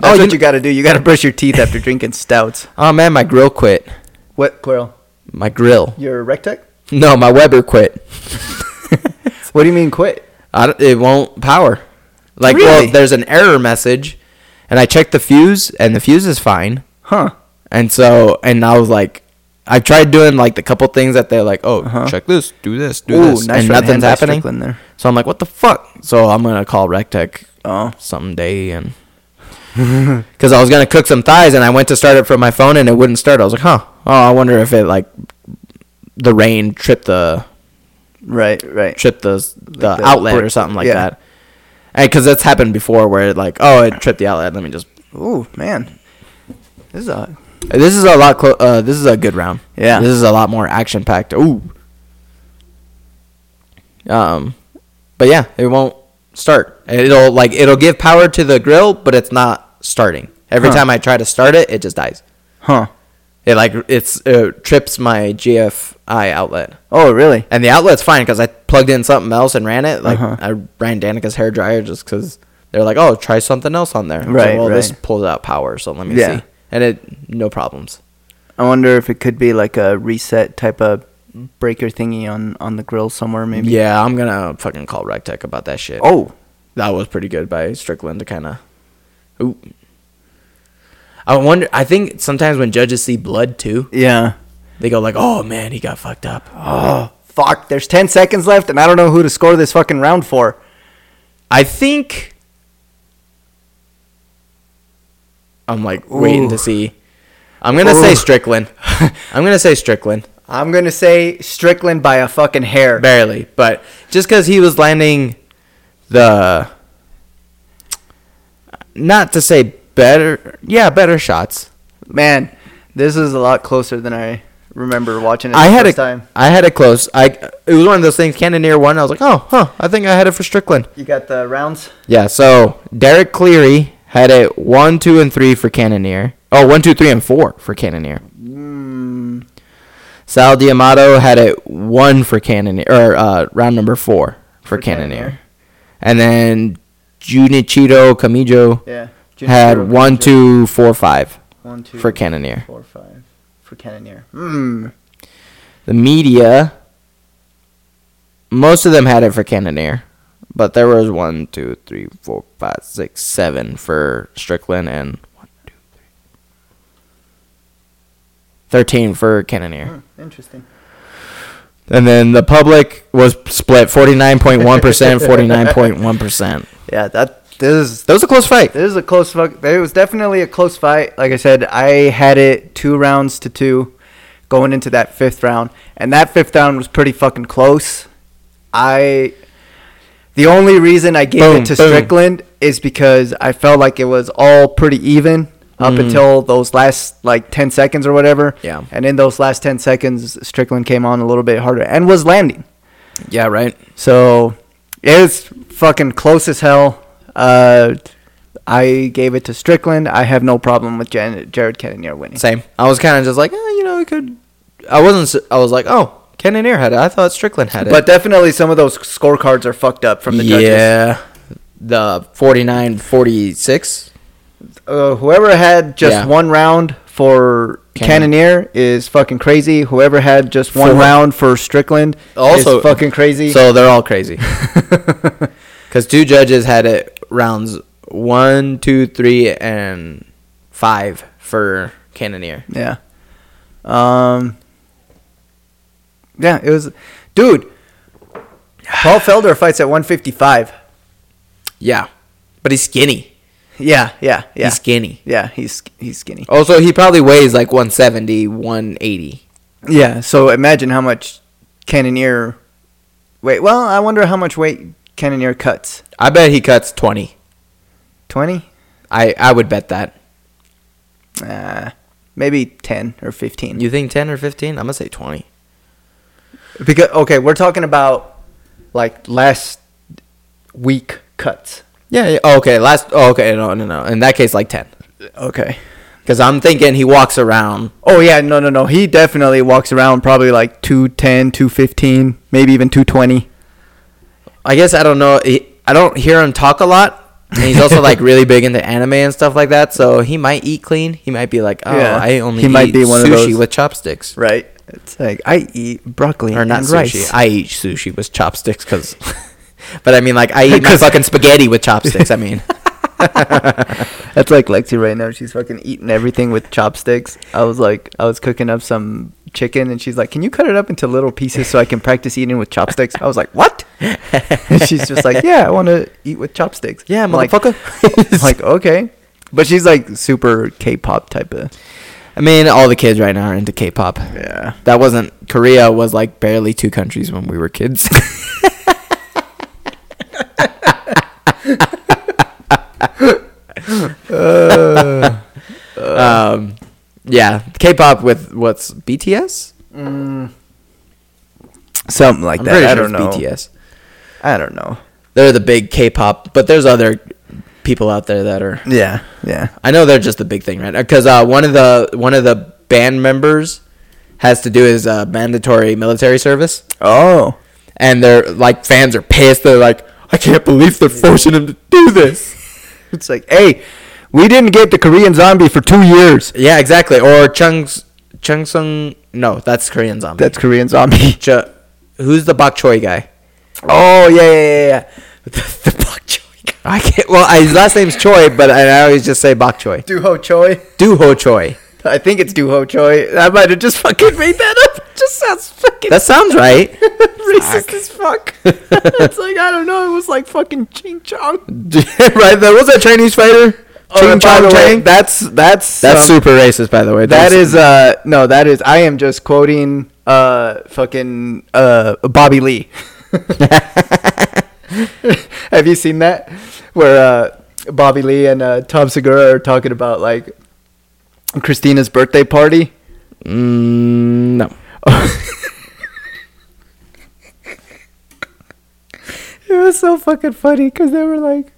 B: Oh,
A: what
B: you-
A: you gotta do. You gotta brush your teeth after drinking stouts.
B: oh man, my grill quit.
A: What, Quirrell?
B: My grill.
A: Your rectech?
B: No, my Weber quit.
A: What do you mean quit?
B: I don't, it won't power. Like,
A: Really?
B: well, there's an error message, and I checked the fuse, and the fuse is fine.
A: Huh?
B: And so, and I was like, I tried doing like the couple things that they're like, oh,
A: Uh-huh.
B: check this, do this, do
A: Ooh,
B: this,
A: nice
B: and
A: right
B: nothing's
A: hand by
B: happening.
A: Strickland there.
B: So I'm like, what the fuck? So I'm gonna call Rectech
A: Oh,
B: someday and because I was gonna cook some thighs and I went to start it from my phone and it wouldn't start. I was like, huh? Oh, I wonder if it like the rain tripped the
A: right, right.
B: tripped the the
A: the
B: outlet
A: brick-
B: or something like
A: yeah.
B: that. And because that's happened before where it like oh it tripped the outlet. Let me just.
A: Ooh, man, this is a
B: This is a lot. Clo- uh, this is a good round.
A: Yeah.
B: This is a lot more action packed. Ooh. Um, but yeah, it won't start. It'll like it'll give power to the grill, but it's not starting. Every
A: Huh.
B: time I try to start it, it just dies.
A: huh?
B: It like it's it trips my GFI outlet.
A: Oh, really?
B: And the outlet's fine because I plugged in something else and ran it. Like
A: Uh-huh.
B: I ran Danica's hair dryer just because they're like, "Oh, try something else on there." I was like,
A: Right,
B: well, this
A: right.
B: pulls out power, so let me
A: Yeah.
B: see. And it no problems.
A: I wonder if it could be like a reset type of breaker thingy on on the grill somewhere, maybe.
B: Yeah, I'm gonna fucking call Rectech about that shit.
A: Oh,
B: that was pretty good by Strickland to kind of. Ooh. I wonder. I think sometimes when judges see blood too,
A: yeah.
B: they go like, "Oh man, he got fucked up."
A: Oh, fuck. There's ten seconds left, and I don't know who to score this fucking round for.
B: I think I'm like waiting
A: Ooh.
B: to see. I'm gonna
A: Ooh.
B: say Strickland. I'm gonna say Strickland
A: I'm gonna say Strickland by a fucking hair.
B: barely, but just because he was landing the not to say better, yeah, better shots.
A: Man, this is a lot closer than I remember watching it.
B: I
A: the
B: had
A: first
B: it.
A: time.
B: I had it close. I it was one of those things. Cannoneer one. I was like, oh, huh. I think I had it for Strickland.
A: You got the rounds.
B: Yeah. So Derek Cleary had it one, two, and three for Cannoneer. Oh, one, two, three, and four for Cannoneer.
A: Mm,
B: Sal Diamato had it one for Cannoneer or uh, round number four for,
A: For
B: Cannoneer.
A: Cannoneer.
B: and then Junichiro Camijo
A: yeah.
B: had one, two, four, five
A: One, two,
B: for Cannoneer.
A: four, five for Cannoneer. Mm.
B: The media, most of them had it for Cannoneer, but there was one, two, three, four, five, six, seven for Strickland and one, two, three, thirteen for Cannoneer.
A: Mm, interesting.
B: And then the public was split 49.1%, 49.1%.
A: Yeah, that this is
B: That was a close fight.
A: this is a close fuck. It was definitely a close fight. Like I said, I had it two rounds to two, going into that fifth round, and that fifth round was pretty fucking close. I, the only reason I gave
B: Boom,
A: it to
B: boom.
A: Strickland is because I felt like it was all pretty even up until those last like ten seconds or whatever.
B: Mm. Yeah.
A: And in those last ten seconds, Strickland came on a little bit harder and was landing.
B: Yeah, right.
A: So it's fucking close as hell. Uh, I gave it to Strickland. I have no problem with Jan- Jared Cannonier winning.
B: Same. I was kind of just like, eh, you know, it could. I wasn't. s- I was like, oh, Cannoneer had it. I thought Strickland had it.
A: But definitely some of those scorecards are fucked up from the judges.
B: yeah, the 49 46.
A: Uh, whoever had just
B: Yeah.
A: one round for
B: Cannon.
A: Cannonier is fucking crazy. Whoever had just one
B: For-
A: round for Strickland
B: Also-
A: is fucking crazy.
B: So they're all crazy. Because two judges had it rounds one, two, three, and five for Cannoneer.
A: Yeah. Um. Yeah, it was, dude. Paul Felder fights at 155.
B: Yeah. But he's skinny.
A: Yeah, yeah, yeah.
B: He's skinny.
A: yeah, he's he's skinny.
B: Also, he probably weighs like 170, 180.
A: Yeah, so imagine how much Cannoneer. Wait, well, I wonder how much weight Cannoneer cuts.
B: I bet he cuts 20.
A: 20?
B: I, I would bet that.
A: Uh, maybe 10 or 15.
B: You think 10 or 15? I'm going to say 20.
A: Because, okay, we're talking about like last week cuts.
B: Yeah. yeah. Oh, okay. Last. Oh, okay. No, no, no. In that case, like 10.
A: Okay.
B: Because I'm thinking he walks around.
A: Oh, yeah, no, no, no. He definitely walks around probably like 210, 215, maybe even 220.
B: I guess I don't know. He, I don't hear him talk a lot. And he's also like really big into anime and stuff like that. So he might eat clean. He might be like, oh,
A: Yeah.
B: I only
A: He
B: eat
A: might be one
B: sushi
A: of those-
B: with chopsticks.
A: Right. It's like, I eat broccoli
B: Or not
A: and
B: sushi.
A: rice.
B: I eat sushi with chopsticks because. but I mean, like, I eat my
A: 'Cause-
B: fucking spaghetti with chopsticks. I mean,
A: That's like Lexi right now. She's fucking eating everything with chopsticks. I was like, I was cooking up some chicken, and she's like, "Can you cut it up into little pieces so I can practice eating with chopsticks?" I was like, "What?" And she's just like, "Yeah, I want to eat with chopsticks."
B: yeah,
A: I'm like,
B: motherfucker.
A: I'm like okay, but she's like super K-pop type of.
B: I mean, all the kids right now are into K pop.
A: Yeah.
B: That wasn't. Korea was like barely two countries when we were kids. um, yeah, K-pop with what's BTS?
A: Something like that.
B: pretty
A: I
B: sure
A: don't know.
B: it's BTS.
A: I don't know.
B: They're the big K-pop, but there's other people out there that are.
A: Yeah. Yeah.
B: I know they're just the big thing right now because uh, one of the one of the band members has to do his uh, mandatory military service.
A: Oh.
B: and they're like fans are pissed. They're like, I can't believe they're forcing him to do this.
A: It's like, hey, we didn't get the Korean zombie for two years.
B: Yeah, exactly. Or Chung's Chung Sung. No, that's Korean zombie.
A: That's Korean zombie.
B: Chu- who's the bok choy guy?
A: Oh yeah, yeah, yeah, yeah.
B: the, the bok choy guy. I can't. Well, I, his last name's Choi, but I, I always just say bok choy.
A: Duho Choi.
B: Do ho choy.
A: I think it's Duho Choi. I might have just fucking made that up. It just sounds fucking
B: That sounds right.
A: racist as fuck. it's like I don't know. It was like fucking Ching Chong.
B: right. That was that Chinese fighter.
A: Oh,
B: Ching
A: and by
B: Chong
A: the way,
B: Chang.
A: That's that's
B: That's
A: um,
B: super racist, by the way.
A: That
B: There's-
A: is uh no. That is I am just quoting uh fucking uh Bobby Lee. Have you seen that where uh Bobby Lee and uh, Tom Segura are talking about like Christina's birthday party?
B: Mm, no.
A: It was so fucking funny because they were like,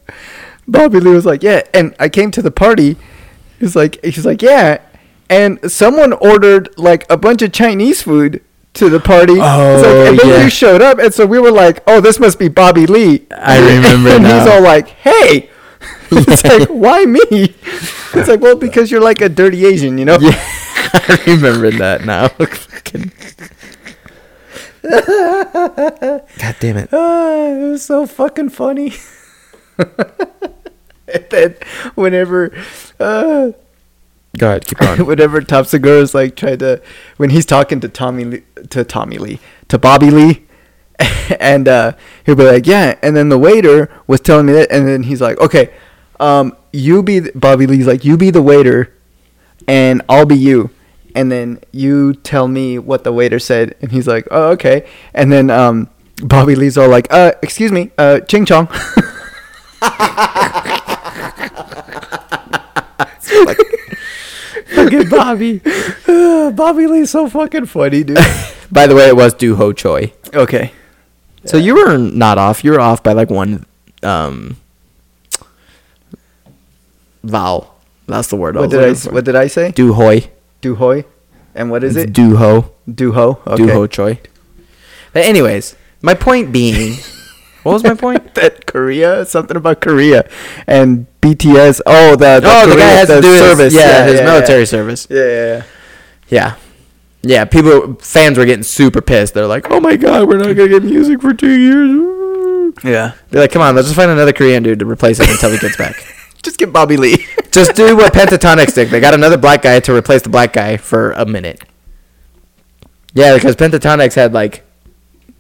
A: Bobby Lee was like, yeah, and I came to the party. He's like, he's like, yeah, and someone ordered like a bunch of Chinese food to the party. It's like, and then
B: Oh, yeah.
A: you showed up, and so we were like, oh, this must be Bobby Lee.
B: I remember
A: and he's
B: now.
A: all like, hey. it's like why me? It's like well because you're like a dirty Asian, you know.
B: Yeah, I remember that now. Fucking- God damn it.
A: Ah, it was so fucking funny. and then whenever uh,
B: Go ahead, keep going.
A: whenever Top Segura's like tried to when he's talking to Tommy Lee, to Tommy Lee to Bobby Lee and uh he'll be like yeah and then the waiter was telling me that and then he's like okay um you be th- Bobby Lee's like you be the waiter and I'll be you and then you tell me what the waiter said and he's like oh okay and then um Bobby Lee's all like uh excuse me uh ching chong fucking Bobby Bobby Lee's so fucking funny dude
B: By the way, it was Do Ho Choi.
A: okay
B: So you were not off. You were off by like one um vowel. That's the word.
A: What did I s- what did I say?
B: Do Hoi.
A: Duhoy, and what is
B: It's
A: it?
B: Do Ho.
A: Duho. Okay.
B: Do Ho Choi. But anyways, my point being, what was my point?
A: That Korea, something about Korea, and BTS. Oh, the, the
B: oh, the
A: Korea-
B: guy has to do service. His, yeah, his military service.
A: Yeah, yeah, yeah.
B: Yeah. Yeah, people fans were getting super pissed. They're like, "Oh my god, we're not gonna get music for two years."
A: Yeah.
B: They're like, "Come on, let's just find another Korean dude to replace him until he gets back."
A: Just get Bobby Lee.
B: just do what Pentatonics did. They got another black guy to replace the black guy for a minute. Yeah, because Pentatonics had like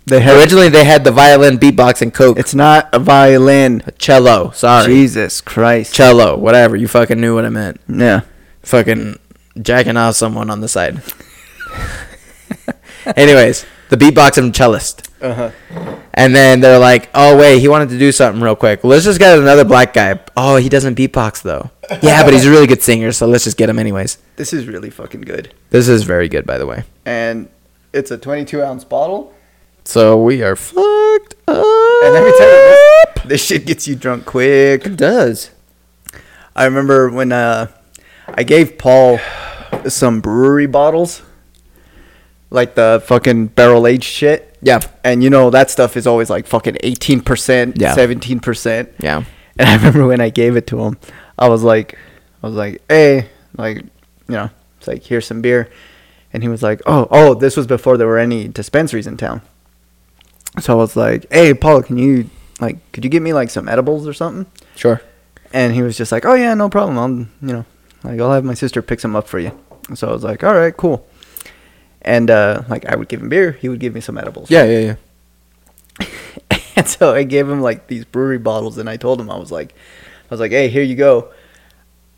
A: They have-
B: Originally, they had the violin, beatbox, and coke.
A: It's not a violin.
B: cello. Sorry,
A: Jesus Christ.
B: cello. Whatever. You fucking knew what I meant.
A: yeah.
B: Fucking jacking off someone on the side. Anyways, the beatbox and cellist.
A: Uh-huh.
B: And then they're like, oh, wait, he wanted to do something real quick. Let's just get another black guy. Oh, he doesn't beatbox, though. Yeah, but he's a really good singer, so let's just get him anyways.
A: This is really fucking good.
B: This is very good, by the way.
A: And it's a 22 ounce bottle.
B: So we are fucked up.
A: And let me tell you, this, this shit gets you drunk quick.
B: It does.
A: I remember when uh, I gave Paul some brewery bottles, like the fucking barrel aged shit.
B: Yeah.
A: And you know, that stuff is always like fucking 18%,
B: Yeah.
A: 17%.
B: Yeah.
A: And I remember when I gave it to him, I was like, I was like, hey, like, you know, it's like, here's some beer. And he was like, oh, oh, this was before there were any dispensaries in town. So I was like, hey, Paul, can you, like, could you get me, like, some edibles or something?
B: Sure.
A: And he was just like, oh, yeah, no problem. I'll, you know, like, I'll have my sister pick some up for you. And so I was like, all right, cool. And, uh, like, I would give him beer. He would give me some edibles.
B: Yeah, yeah, yeah.
A: and so I gave him like these brewery bottles, and I told him I was like, I was like, hey, here you go.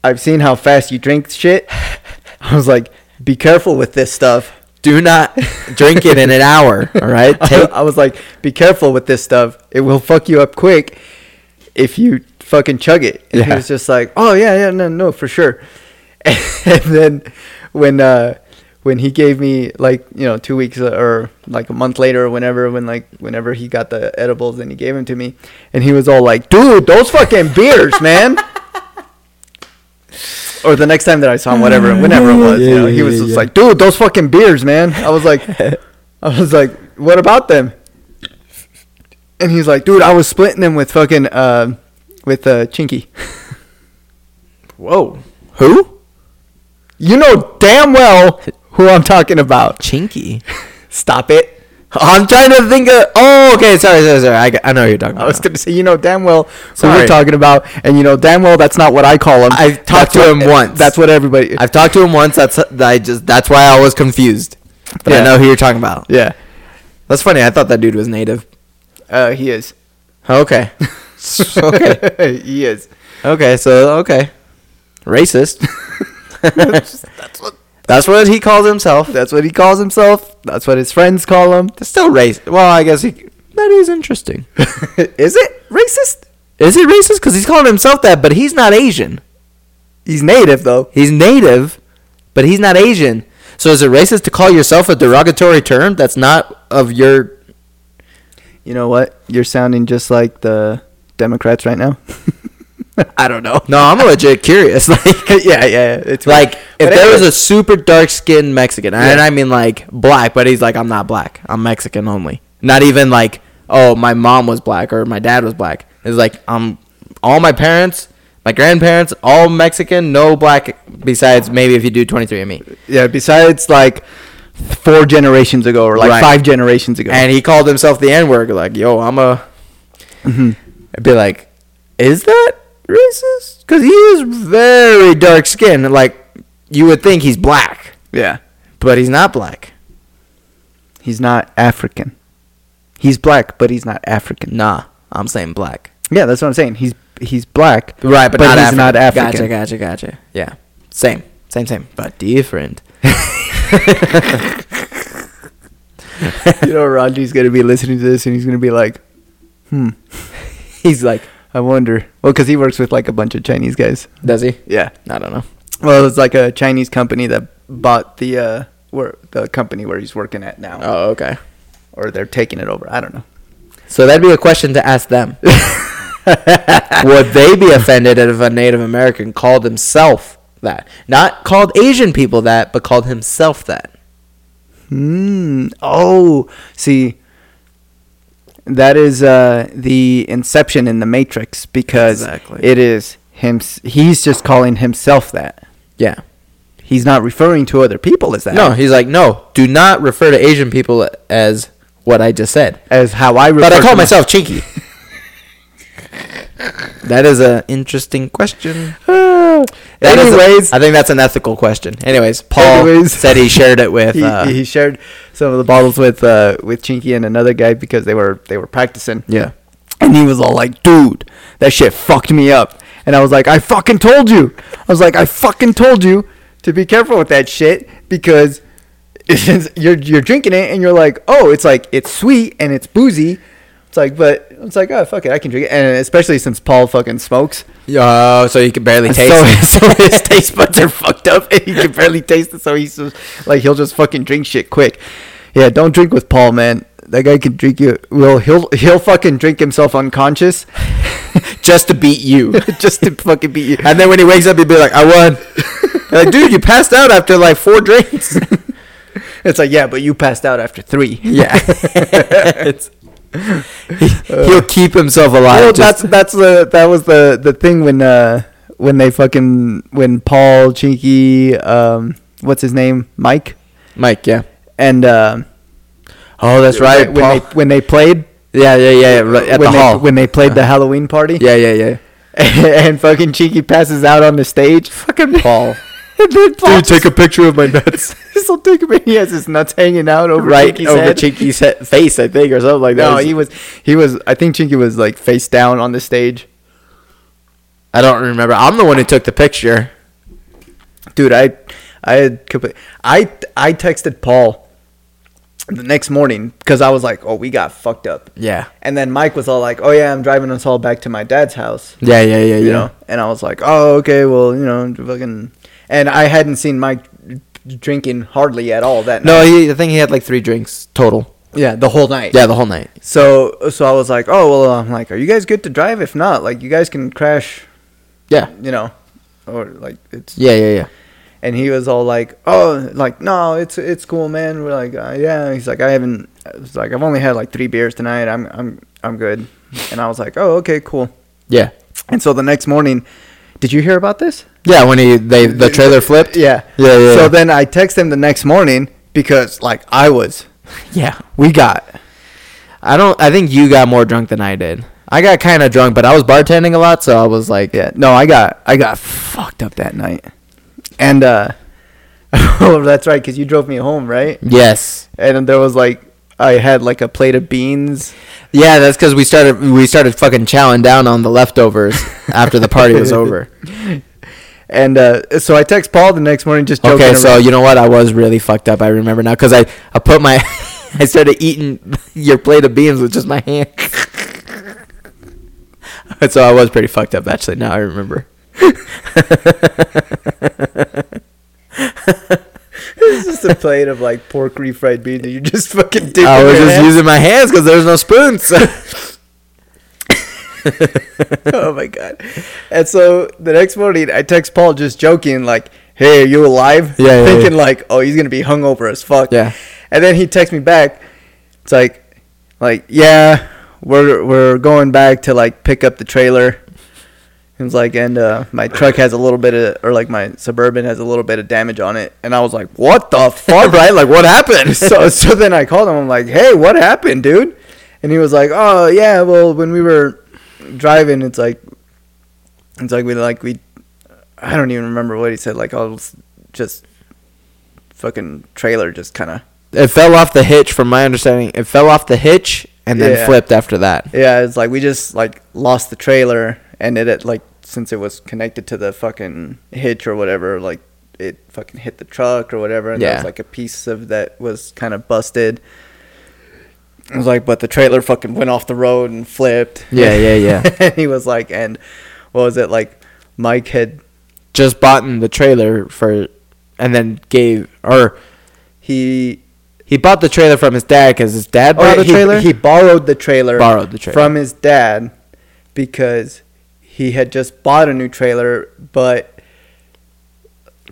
A: I've seen how fast you drink shit. I was like, be careful with this stuff.
B: Do not drink it in an hour, all right? Take,
A: I was like, be careful with this stuff. It will fuck you up quick if you fucking chug it. And he
B: Yeah.
A: was just like, oh yeah, yeah, no, no, for sure. And then when uh, when he gave me like you know two weeks uh, or like a month later or whenever when like whenever he got the edibles and he gave them to me and he was all like, dude, those fucking beers, man. Or the next time that I saw him, whatever, whenever it was, you know, he
B: Mm-hmm. Yeah,
A: was
B: yeah,
A: just
B: yeah.
A: like, dude, those fucking beers, man. I was like, I was like, what about them? And he's like, dude, I was splitting them with fucking, uh, with uh, Chinky.
B: Whoa. Who?
A: You know damn well who I'm talking about.
B: Chinky.
A: Stop it.
B: I'm trying to think of. Oh, okay. Sorry, sorry, sorry. I, g- I know what you're talking
A: I
B: about.
A: was gonna say, you know damn well who we're
B: Oh. Sorry.
A: talking about, and you know damn well that's not what I call him.
B: I've
A: That's
B: talked to
A: what-
B: him once.
A: That's what everybody.
B: I've talked to him once. That's I just. That's why I was confused. But
A: Yeah.
B: I know who you're talking about.
A: yeah,
B: That's funny. I thought that dude was native. Oh,
A: uh, he is.
B: Okay. okay.
A: he is.
B: Okay. So okay. Racist.
A: That's what.
B: that's what he calls himself.
A: That's what he calls himself. That's what his friends call him.
B: That's still racist. Well, I guess he. That is interesting.
A: is it racist?
B: Is it racist? Because he's calling himself that, but he's not Asian.
A: He's native though.
B: He's native, but he's not Asian. So is it racist to call yourself a derogatory term that's not of your?
A: You know what? You're sounding just like the Democrats right now.
B: I don't know. No, I'm legit curious. Like,
A: yeah, yeah, yeah. It's weird.
B: like if
A: But
B: there was
A: anyway,
B: a super dark skinned Mexican, and
A: Yeah.
B: I mean like black, but he's like, I'm not black. I'm Mexican only. Not even like, oh, my mom was black or my dad was black. It's like I'm all my parents, my grandparents, all Mexican, no black besides maybe if you do 23andMe.
A: yeah. Besides, like four generations ago, or like
B: Right.
A: five generations ago.
B: And he called himself the N word. Like, yo, I'm a.
A: Mm-hmm.
B: I'd be like, is that racist? Because he is very dark skinned. Like, you would think he's black,
A: yeah,
B: but he's not black.
A: he's not African. He's black, but he's not African.
B: Nah, Ah, I'm saying black.
A: Yeah, that's what I'm saying. He's he's black,
B: Right, but, not
A: he's
B: African.
A: not African.
B: Gotcha, gotcha, gotcha. Yeah, same, same, same, but different.
A: you know, Raji's gonna be listening to this, and he's gonna be like, "Hmm,
B: He's like,
A: I wonder." Well, because he works with like a bunch of Chinese guys.
B: does he?
A: Yeah.
B: I don't know.
A: Well, it's like a Chinese company that bought the uh, where the company where he's working at now,
B: Oh, okay.
A: or they're taking it over. I don't know.
B: So that'd be a question to ask them. Would they be offended if a Native American called himself that? Not called Asian people that, but called himself that. Hmm.
A: Mm. Oh, see, that is uh, the Inception in the Matrix because
B: Exactly.
A: it is him. He's just calling himself that.
B: Yeah.
A: He's not referring to other people as that.
B: No, he's like, no, do not refer to Asian people as what I just said.
A: as how I.
B: But
A: refer
B: I call
A: to my-
B: myself cheeky. that is an interesting question.
A: Ah,
B: That is a-
A: Anyways.
B: I think that's an ethical question. Anyways, Paul
A: Anyways.
B: said he shared it with.
A: he,
B: Uh,
A: he shared some of the bottles with uh, with Chinky and another guy because they were they were practicing.
B: yeah.
A: And he was all like, dude, that shit fucked me up. And I was like, I fucking told you. I was like, I fucking told you to be careful with that shit because you're you're drinking it and you're like, oh, it's like it's sweet and it's boozy. It's like, but it's like, oh fuck it, I can drink it. And especially since Paul fucking smokes,
B: Oh, so you can barely taste.
A: so, so his taste buds are fucked up and he can barely taste it. So he's just, like, he'll just fucking drink shit quick. Yeah, don't drink with Paul, man. That guy can drink you. Well, he'll he'll fucking drink himself unconscious
B: just to beat you.
A: just to fucking beat you.
B: and then when he wakes up, he'd be like, "I won." like, dude, you passed out after like four drinks.
A: It's like, yeah, but you passed out after three.
B: yeah. It's- he, will keep himself alive.
A: well,
B: just-
A: that's that's the that was the the thing when uh when they fucking when Paul Chinky um what's his name Mike
B: Mike. Yeah.
A: and um
B: Oh, that's right.
A: when
B: Paul.
A: they when they played
B: yeah, yeah, yeah. Right, at
A: when
B: the
A: they,
B: hall. Uh-huh.
A: when they played the Halloween party
B: yeah, yeah, yeah.
A: and fucking Chinky passes out on the stage fucking
B: Paul.
A: and then Paul
C: Dude, take a picture of my nuts.
A: will take him he has his nuts hanging out over
B: right
A: Chinky's
B: over
A: head.
B: Chinky's he- face, I think, or something like that.
A: no he was he was I think Chinky was like face down on the stage
B: I don't remember. I'm the one who took the picture.
A: dude i i had compl- i i texted paul the next morning because i was like oh we got fucked up
B: Yeah.
A: and then mike was all like oh yeah i'm driving us all back to my dad's house
B: Yeah, yeah, yeah,
A: you
B: yeah.
A: know and i was like oh okay well you know fucking and i hadn't seen mike drinking hardly at all that night
B: No, he, I think he had like three drinks total.
A: yeah the whole night
B: Yeah, the whole night.
A: so so i was like oh well i'm like are you guys good to drive if not like you guys can crash
B: Yeah.
A: you know or like it's
B: Yeah, yeah, yeah.
A: and he was all like, "Oh, like no, it's it's cool, man." We're like, uh, "Yeah." He's like, "I haven't." It's like I've only had like three beers tonight. I'm I'm I'm good. And I was like, "Oh, okay, cool."
B: Yeah.
A: And so the next morning, did you hear about this?
B: Yeah, when he they the trailer flipped.
A: Yeah,
B: Yeah, yeah,
A: So
B: yeah.
A: then I text him the next morning because like I was,
B: Yeah.
A: we got
B: I don't I think you got more drunk than I did. I got kind of drunk, but I was bartending a lot, so I was like,
A: yeah no I got I got fucked up that night, and uh, oh that's right because you drove me home right,
B: yes.
A: and there was like I had like a plate of beans.
B: Yeah, that's cuz we started we started fucking chowing down on the leftovers after the party was over.
A: And uh, so I text Paul the next morning, just joking.
B: Okay, so
A: around.
B: you know what? I was really fucked up. I remember now cuz I I put my I started eating your plate of beans with just my hand. so I was pretty fucked up actually. Now I remember.
A: it's just a plate of like pork refried beans that you just fucking dip
B: I
A: in
B: was
A: your
B: just
A: hand.
B: using my hands because there's no spoons.
A: oh my god! And so the next morning, I text Paul just joking, like, "Hey, are you alive?"
B: Yeah, yeah,
A: Thinking
B: yeah.
A: like, "Oh, he's gonna be hungover as fuck."
B: Yeah.
A: And then he texts me back. It's like, like, yeah, we're we're going back to like pick up the trailer. It's like, and uh, my truck has a little bit of, or like my suburban has a little bit of damage on it. And I was like, what the fuck, right? Like, what happened? so so then I called him. I'm like, hey, what happened, dude? And he was like, oh yeah, well when we were driving, it's like, it's like we like we, I don't even remember what he said. Like I was just fucking trailer just kind of
B: it fell off the hitch, from my understanding. It fell off the hitch and then
A: Yeah.
B: flipped after that.
A: Yeah, it's like we just like lost the trailer, and it, it like since it was connected to the fucking hitch or whatever, like it fucking hit the truck or whatever, and there
B: Yeah.
A: was like a piece of that was kind of busted. I was like, but the trailer fucking went off the road and flipped.
B: Yeah, yeah, yeah.
A: and he was like, and what was it like? Mike had
B: Just bought in the trailer for, and then gave or
A: he
B: he bought the trailer from his dad because his dad bought
A: Oh,
B: a
A: he,
B: trailer.
A: He borrowed the trailer.
B: Borrowed the trailer.
A: from his dad because he had just bought a new trailer, but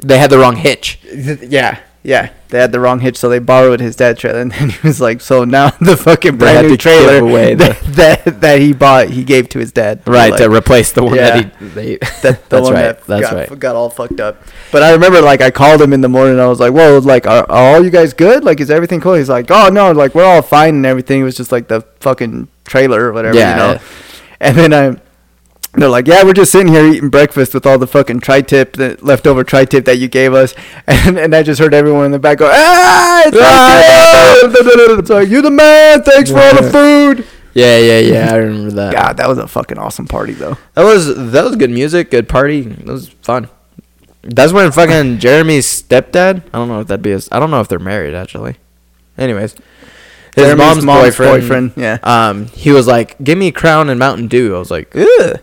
B: they had the wrong hitch.
A: Th- Yeah, yeah. They had the wrong hitch, so they borrowed his dad's trailer, and then he was like, "So now the fucking
B: had
A: brand new
B: to give
A: trailer
B: away the-
A: that, that that he bought, he gave to his dad,
B: Right
A: Like,
B: to replace the one that he.
A: Yeah.
B: They,
A: that, the
B: that's
A: one
B: right.
A: that
B: that's
A: got,
B: right.
A: got all fucked up." But I remember, like, I called him in the morning. I was like, "Whoa, like, are, are all you guys good? Like, is everything cool?" He's like, "Oh no, like we're all fine and everything." It was just like the fucking trailer or whatever,
B: Yeah.
A: you know. And then I, They're like, yeah, we're just sitting here eating breakfast with all the fucking tri-tip, the leftover tri-tip that you gave us, and, and I just heard everyone in the back go, ah, it's
B: Ah!
A: tri-tip!" It's like, you're the man, thanks for all the food.
B: Yeah, yeah, yeah. I remember that.
A: God, that was a fucking awesome party though.
B: That was that was good music, good party. That was fun. That's when fucking Jeremy's stepdad. I don't know if that'd be his. I don't know if they're married actually. Anyways, his
A: Jeremy's
B: mom's,
A: mom's
B: boyfriend,
A: boyfriend, yeah.
B: Um, he was like, "Give me Crown and Mountain Dew." I was like, "Ugh,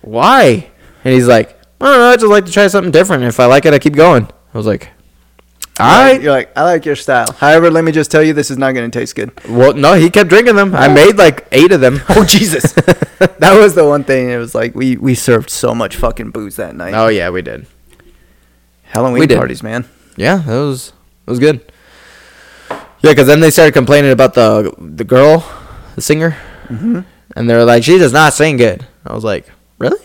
B: why?" And he's like, "I don't know. I just like to try something different. If I like it, I keep going." I was like, "All right."
A: you're like, I like your style. However, let me just tell you, this is not going to taste good.
B: Well, no, he kept drinking them. I made like eight of them.
A: Oh Jesus, that was the one thing. It was like we we served so much fucking booze that night.
B: oh yeah, we did.
A: Halloween
B: we did.
A: parties, man.
B: Yeah, that was that was good. Yeah, because then they started complaining about the the girl, the singer,
A: Mm-hmm.
B: and they were like, "She does not sing good." I was like, "Really?"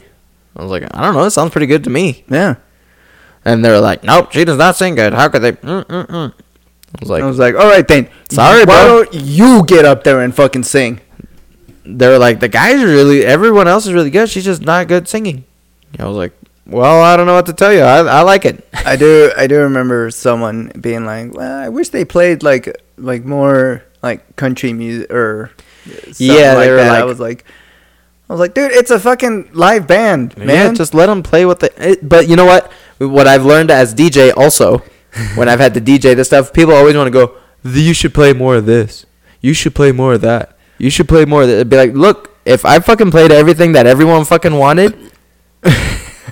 B: I was like, "I don't know. It sounds pretty good to me."
A: Yeah,
B: And they were like, "Nope, she does not sing good. How could they?" Mm-mm-mm. I was like,
A: I was like, all right then.
B: Sorry,
A: why
B: bro.
A: don't you get up there and fucking sing?
B: "They were like, the guys are really. Everyone else is really good. She's just not good singing." I was like, "Well, I don't know what to tell you. I I like it."
A: I do. I do remember someone being like, "Well, I wish they played like like more like country music or something
B: Yeah, they
A: like
B: were
A: that." I
B: like-
A: was like, I was like, dude, it's a fucking live band, man.
B: Yeah, just let them play what they. It, but you know what? What I've learned as DJ also, when I've had to DJ this stuff, people always want to go. "The- You should play more of this. You should play more of that. You should play more of that. It'd be like, look, if I fucking played everything that everyone fucking wanted,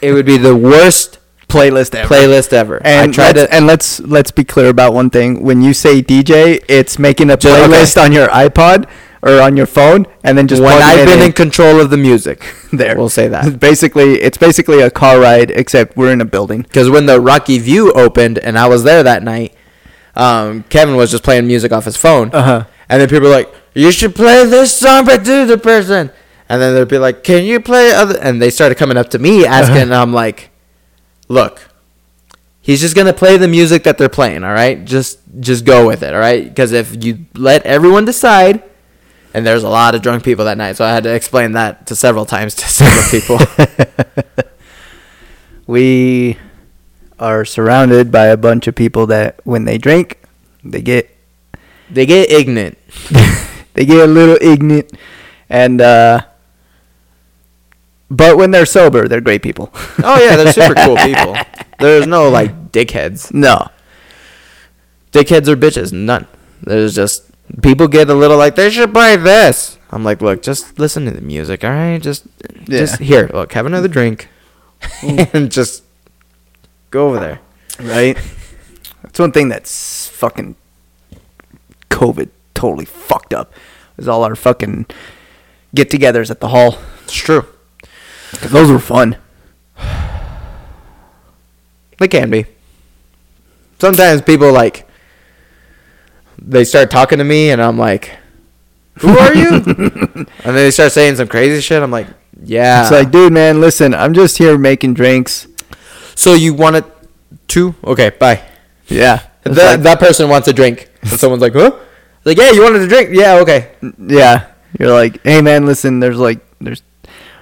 B: it would be the worst
A: playlist ever.
B: playlist ever.
A: And
B: I tried
A: let's,
B: to.
A: and let's let's be clear about one thing. When you say DJ, it's making a
B: Ju- okay.
A: playlist on your iPod or on your phone, and then just
B: when
A: plugging
B: I've
A: it
B: been
A: in.
B: in control of the music,
A: there.
B: we'll say that.
A: basically it's basically a car ride except we're in a building.
B: Because when the Rocky View opened and I was there that night, um, Kevin was just playing music off his phone.
A: Uh-huh.
B: And then people were like, "You should play this song by the other person." And then they'd be like, "Can you play other?" And they started coming up to me asking, and I'm like, "Look, he's just gonna play the music that they're playing. All right, just just go with it. All right, because if you let everyone decide." And there's a lot of drunk people that night, so I had to explain that to several times to several people.
A: We are surrounded by a bunch of people that when they drink, they get
B: they get ignorant.
A: they get a little ignorant and uh but when they're sober, they're great people.
B: Oh yeah, they're super cool people. There's no like dickheads.
A: no.
B: Dickheads are bitches. None. There's just people get a little like they should play this. I'm like, look, just listen to the music, all right? Just,
A: Yeah.
B: just here. Look, have another drink, and just go over there.
A: right? That's one thing that's fucking COVID totally fucked up. Is all our fucking get-togethers at the hall.
B: It's true.
A: 'Cause those were fun.
B: They can be. Sometimes people like they start talking to me, and I'm like, "Who are you?" and then they start saying some crazy shit. I'm like, "Yeah."
A: It's like, dude, man, listen, I'm just here making drinks.
B: So you want it two? Okay, bye.
A: Yeah, It's
B: That,
A: like-
B: that person wants a drink. And someone's like, huh? Like, yeah, you wanted a drink? Yeah, okay.
A: yeah. You're like, hey, man, listen, there's like, there's,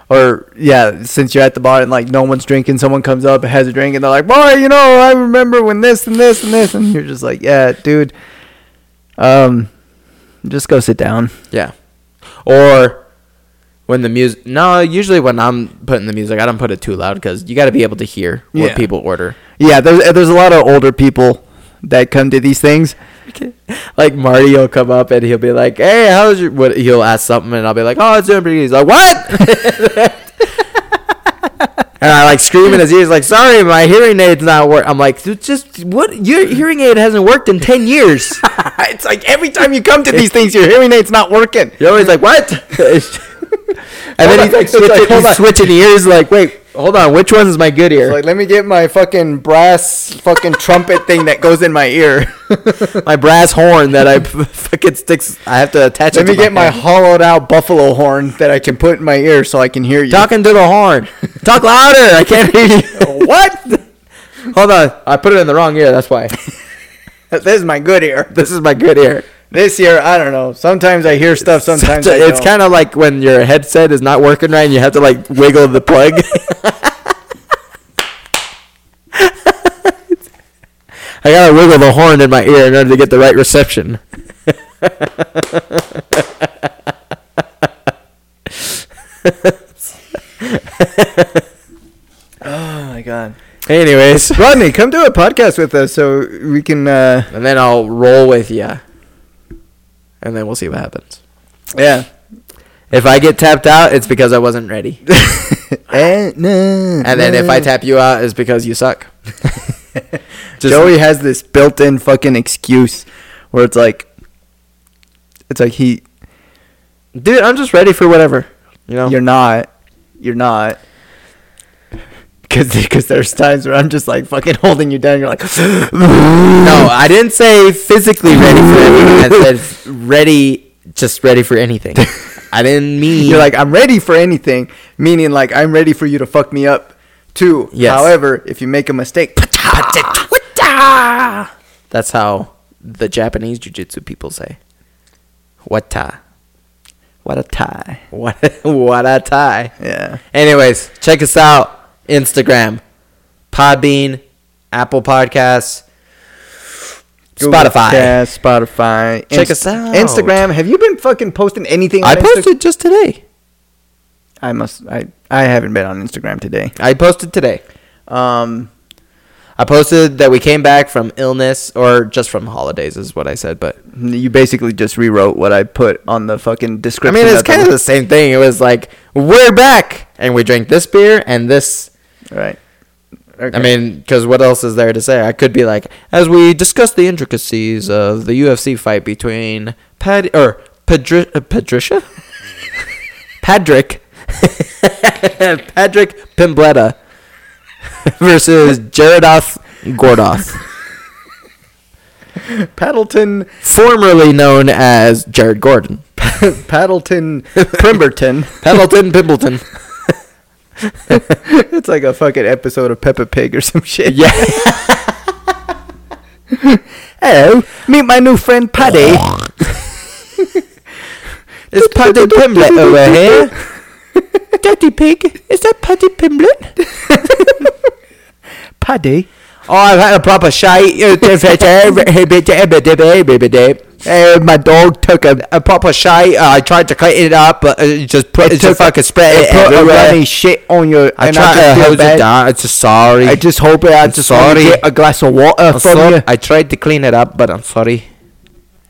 A: or yeah, since you're at the bar and like no one's drinking, someone comes up and has a drink, and they're like, boy, you know, I remember when this and this and this, and you're just like, yeah, dude, um, just go sit down.
B: Yeah. Or when the music. No, usually when I'm putting the music, I don't put it too loud because you got to be able to hear what
A: Yeah.
B: people order.
A: Yeah, there's eh, there's a lot of older people that come to these things.
B: Like Marty will come up and he'll be like, "Hey, how's your?" What he'll ask something and I'll be like, "Oh, it's doing pretty good." He's like, "What?" and I like scream in his ears, like, "Sorry, my hearing aid's not work." I'm like, "Dude, "Just what? Your hearing aid hasn't worked in ten years."
A: it's like every time you come to these things, your hearing aid's not working.
B: You're always like, what? and then
A: on,
B: he's like
A: it's like,
B: switching,
A: hold
B: he's
A: on.
B: switching ears, like, wait, hold on, which one's my good ear?
A: Like, let me get my fucking brass fucking trumpet thing that goes in my ear.
B: my brass horn that I fucking sticks, I have to attach
A: let
B: it to
A: me get my
B: head.
A: hollowed out buffalo horn that I can put in my ear so I can hear you.
B: Talking to the horn. Talk louder, I can't hear you.
A: what?
B: hold on, I put it in the wrong ear, that's why.
A: this is my good ear.
B: This is my good ear.
A: This year, I don't know. Sometimes I hear stuff. Sometimes I
B: it's
A: don't.
B: kind of like when your headset is not working right and you have to like wiggle the plug. I gotta wiggle the horn in my ear in order to get the right reception.
A: Oh my god,
B: Anyways,
A: Rodney, come do a podcast with us so we can. uh
B: and then I'll roll with ya, and then we'll see what happens.
A: Yeah.
B: If I get tapped out, it's because I wasn't ready, Eh,
A: and,
B: and then if I tap you out, it's because you suck. Just-
A: Joey has this built-in fucking excuse where it's like, it's like he,
B: dude, I'm just ready for whatever. You know,
A: you're not, you're not. Because there's times where I'm just like fucking holding you down. You're like,
B: No, I didn't say physically ready for everything. I said ready, just ready for anything. I didn't mean
A: You're like, I'm ready for anything, meaning like I'm ready for you to fuck me up too.
B: Yes.
A: However, if you make a mistake,
B: That's how the Japanese jiu-jitsu people say. Wata.
A: what a tie.
B: What what a tie.
A: Yeah.
B: Anyways, check us out Instagram, Podbean, Apple Podcasts,
A: Google
B: Spotify.
A: Cast, Spotify.
B: Check
A: Inst-
B: us out.
A: Instagram. Have you been fucking posting anything?
B: I
A: on Insta-
B: posted just today.
A: I must. I I haven't been on Instagram today.
B: I posted today.
A: Um.
B: I posted that we came back from illness or just from holidays is what I said, but
A: You basically just rewrote what I put on the fucking
B: I
A: description.
B: mean, it's
A: of the-
B: kind of the same thing. It was like, we're back, and we drank this beer and this.
A: right. Okay.
B: I mean, because what else is there to say? I could be like, as we discuss the intricacies of the UFC fight between Pat or Padri- uh, Patricia, Patrick, Patrick Pimbletta versus Jaredoff Gordoff,
A: Paddleton,
B: formerly known as Jared Gordon,
A: Paddleton, Pemberton.
B: Pendleton Pimbleton.
A: it's like a fucking episode of Peppa Pig or some shit.
B: Yeah.
A: Hello, meet my new friend Paddy.
B: Is Paddy Pimblett over here? Daddy Pig, is that Paddy Pimblett?
A: Paddy.
B: Oh, I've had a proper shite. Uh, my dog took a, a proper shite. Uh, I tried to clean it up, but it just put, it, just fucking spread
A: I
B: it
A: put a
B: everywhere.
A: runny shit on your.
B: I
A: and
B: tried
A: just
B: to
A: feel
B: hose
A: bad.
B: it down. It's just sorry.
A: I just hope I
B: I'm
A: just wanna
B: sorry.
A: get a glass of water
B: I'm
A: from
B: sorry.
A: you.
B: I tried to clean it up, but I'm sorry.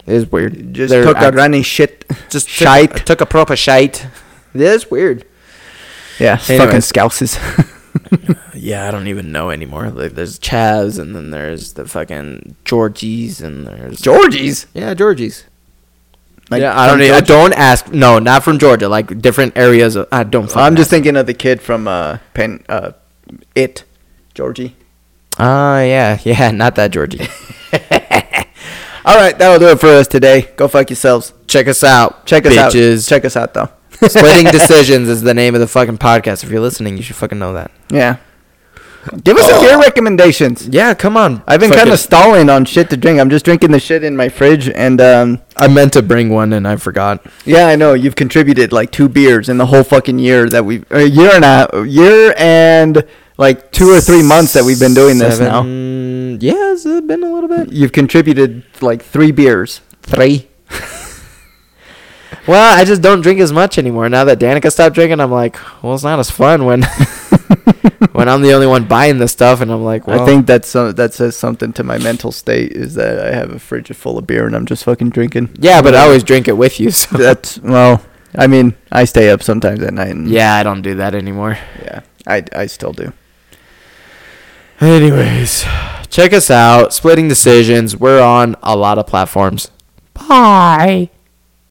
B: It's weird.
A: just
B: They're-
A: took a
B: I
A: runny shit.
B: just took-
A: shite.
B: I Took, a proper shite. This weird.
A: Yeah, fucking
B: Anyways.
A: scousers.
B: Yeah, I don't even know anymore. Like, there's Chavs, and then there's the fucking Georgies, and there's
A: Georgies.
B: yeah, Georgies.
A: Like,
B: yeah, I don't.
A: from
B: e- I
A: Georgia?
B: don't ask. No, not from Georgia. Like different areas. Of, I don't.
A: I'm just thinking of the kid from uh, Penn. Uh, it, Georgie.
B: Ah, yeah, yeah, not that Georgie.
A: All right, that'll do it for us today. Go fuck yourselves.
B: Check us out.
A: Check us
B: bitches.
A: out. Check us out though.
B: Splitting decisions is the name of the fucking podcast. If you're listening, you should fucking know that.
A: Yeah. Give
B: Oh.
A: us some beer recommendations.
B: Yeah, come on.
A: I've been
B: Fucking-
A: kind of stalling on shit to drink. I'm just drinking the shit in my fridge, and um,
B: I meant to bring one and I forgot.
A: yeah, I know you've contributed like two beers in the whole fucking year that we, a year and a year and like two or three months that we've been doing this now.
B: Seven- Yeah, it's uh, been a little bit.
A: You've contributed like three beers.
B: Three. well, I just don't drink as much anymore. Now that Danica stopped drinking, I'm like, well, it's not as fun when when I'm the only one buying this stuff, and I'm like, well,
A: I think that's uh, that says something to my mental state is that I have a fridge full of beer and I'm just fucking drinking.
B: yeah, but I always drink it with you. So
A: That's well, I mean, I stay up sometimes at night. And,
B: yeah, I don't do that anymore.
A: yeah, I I still do.
B: Anyways, check us out. Splitting Decisions. We're on a lot of platforms. Bye.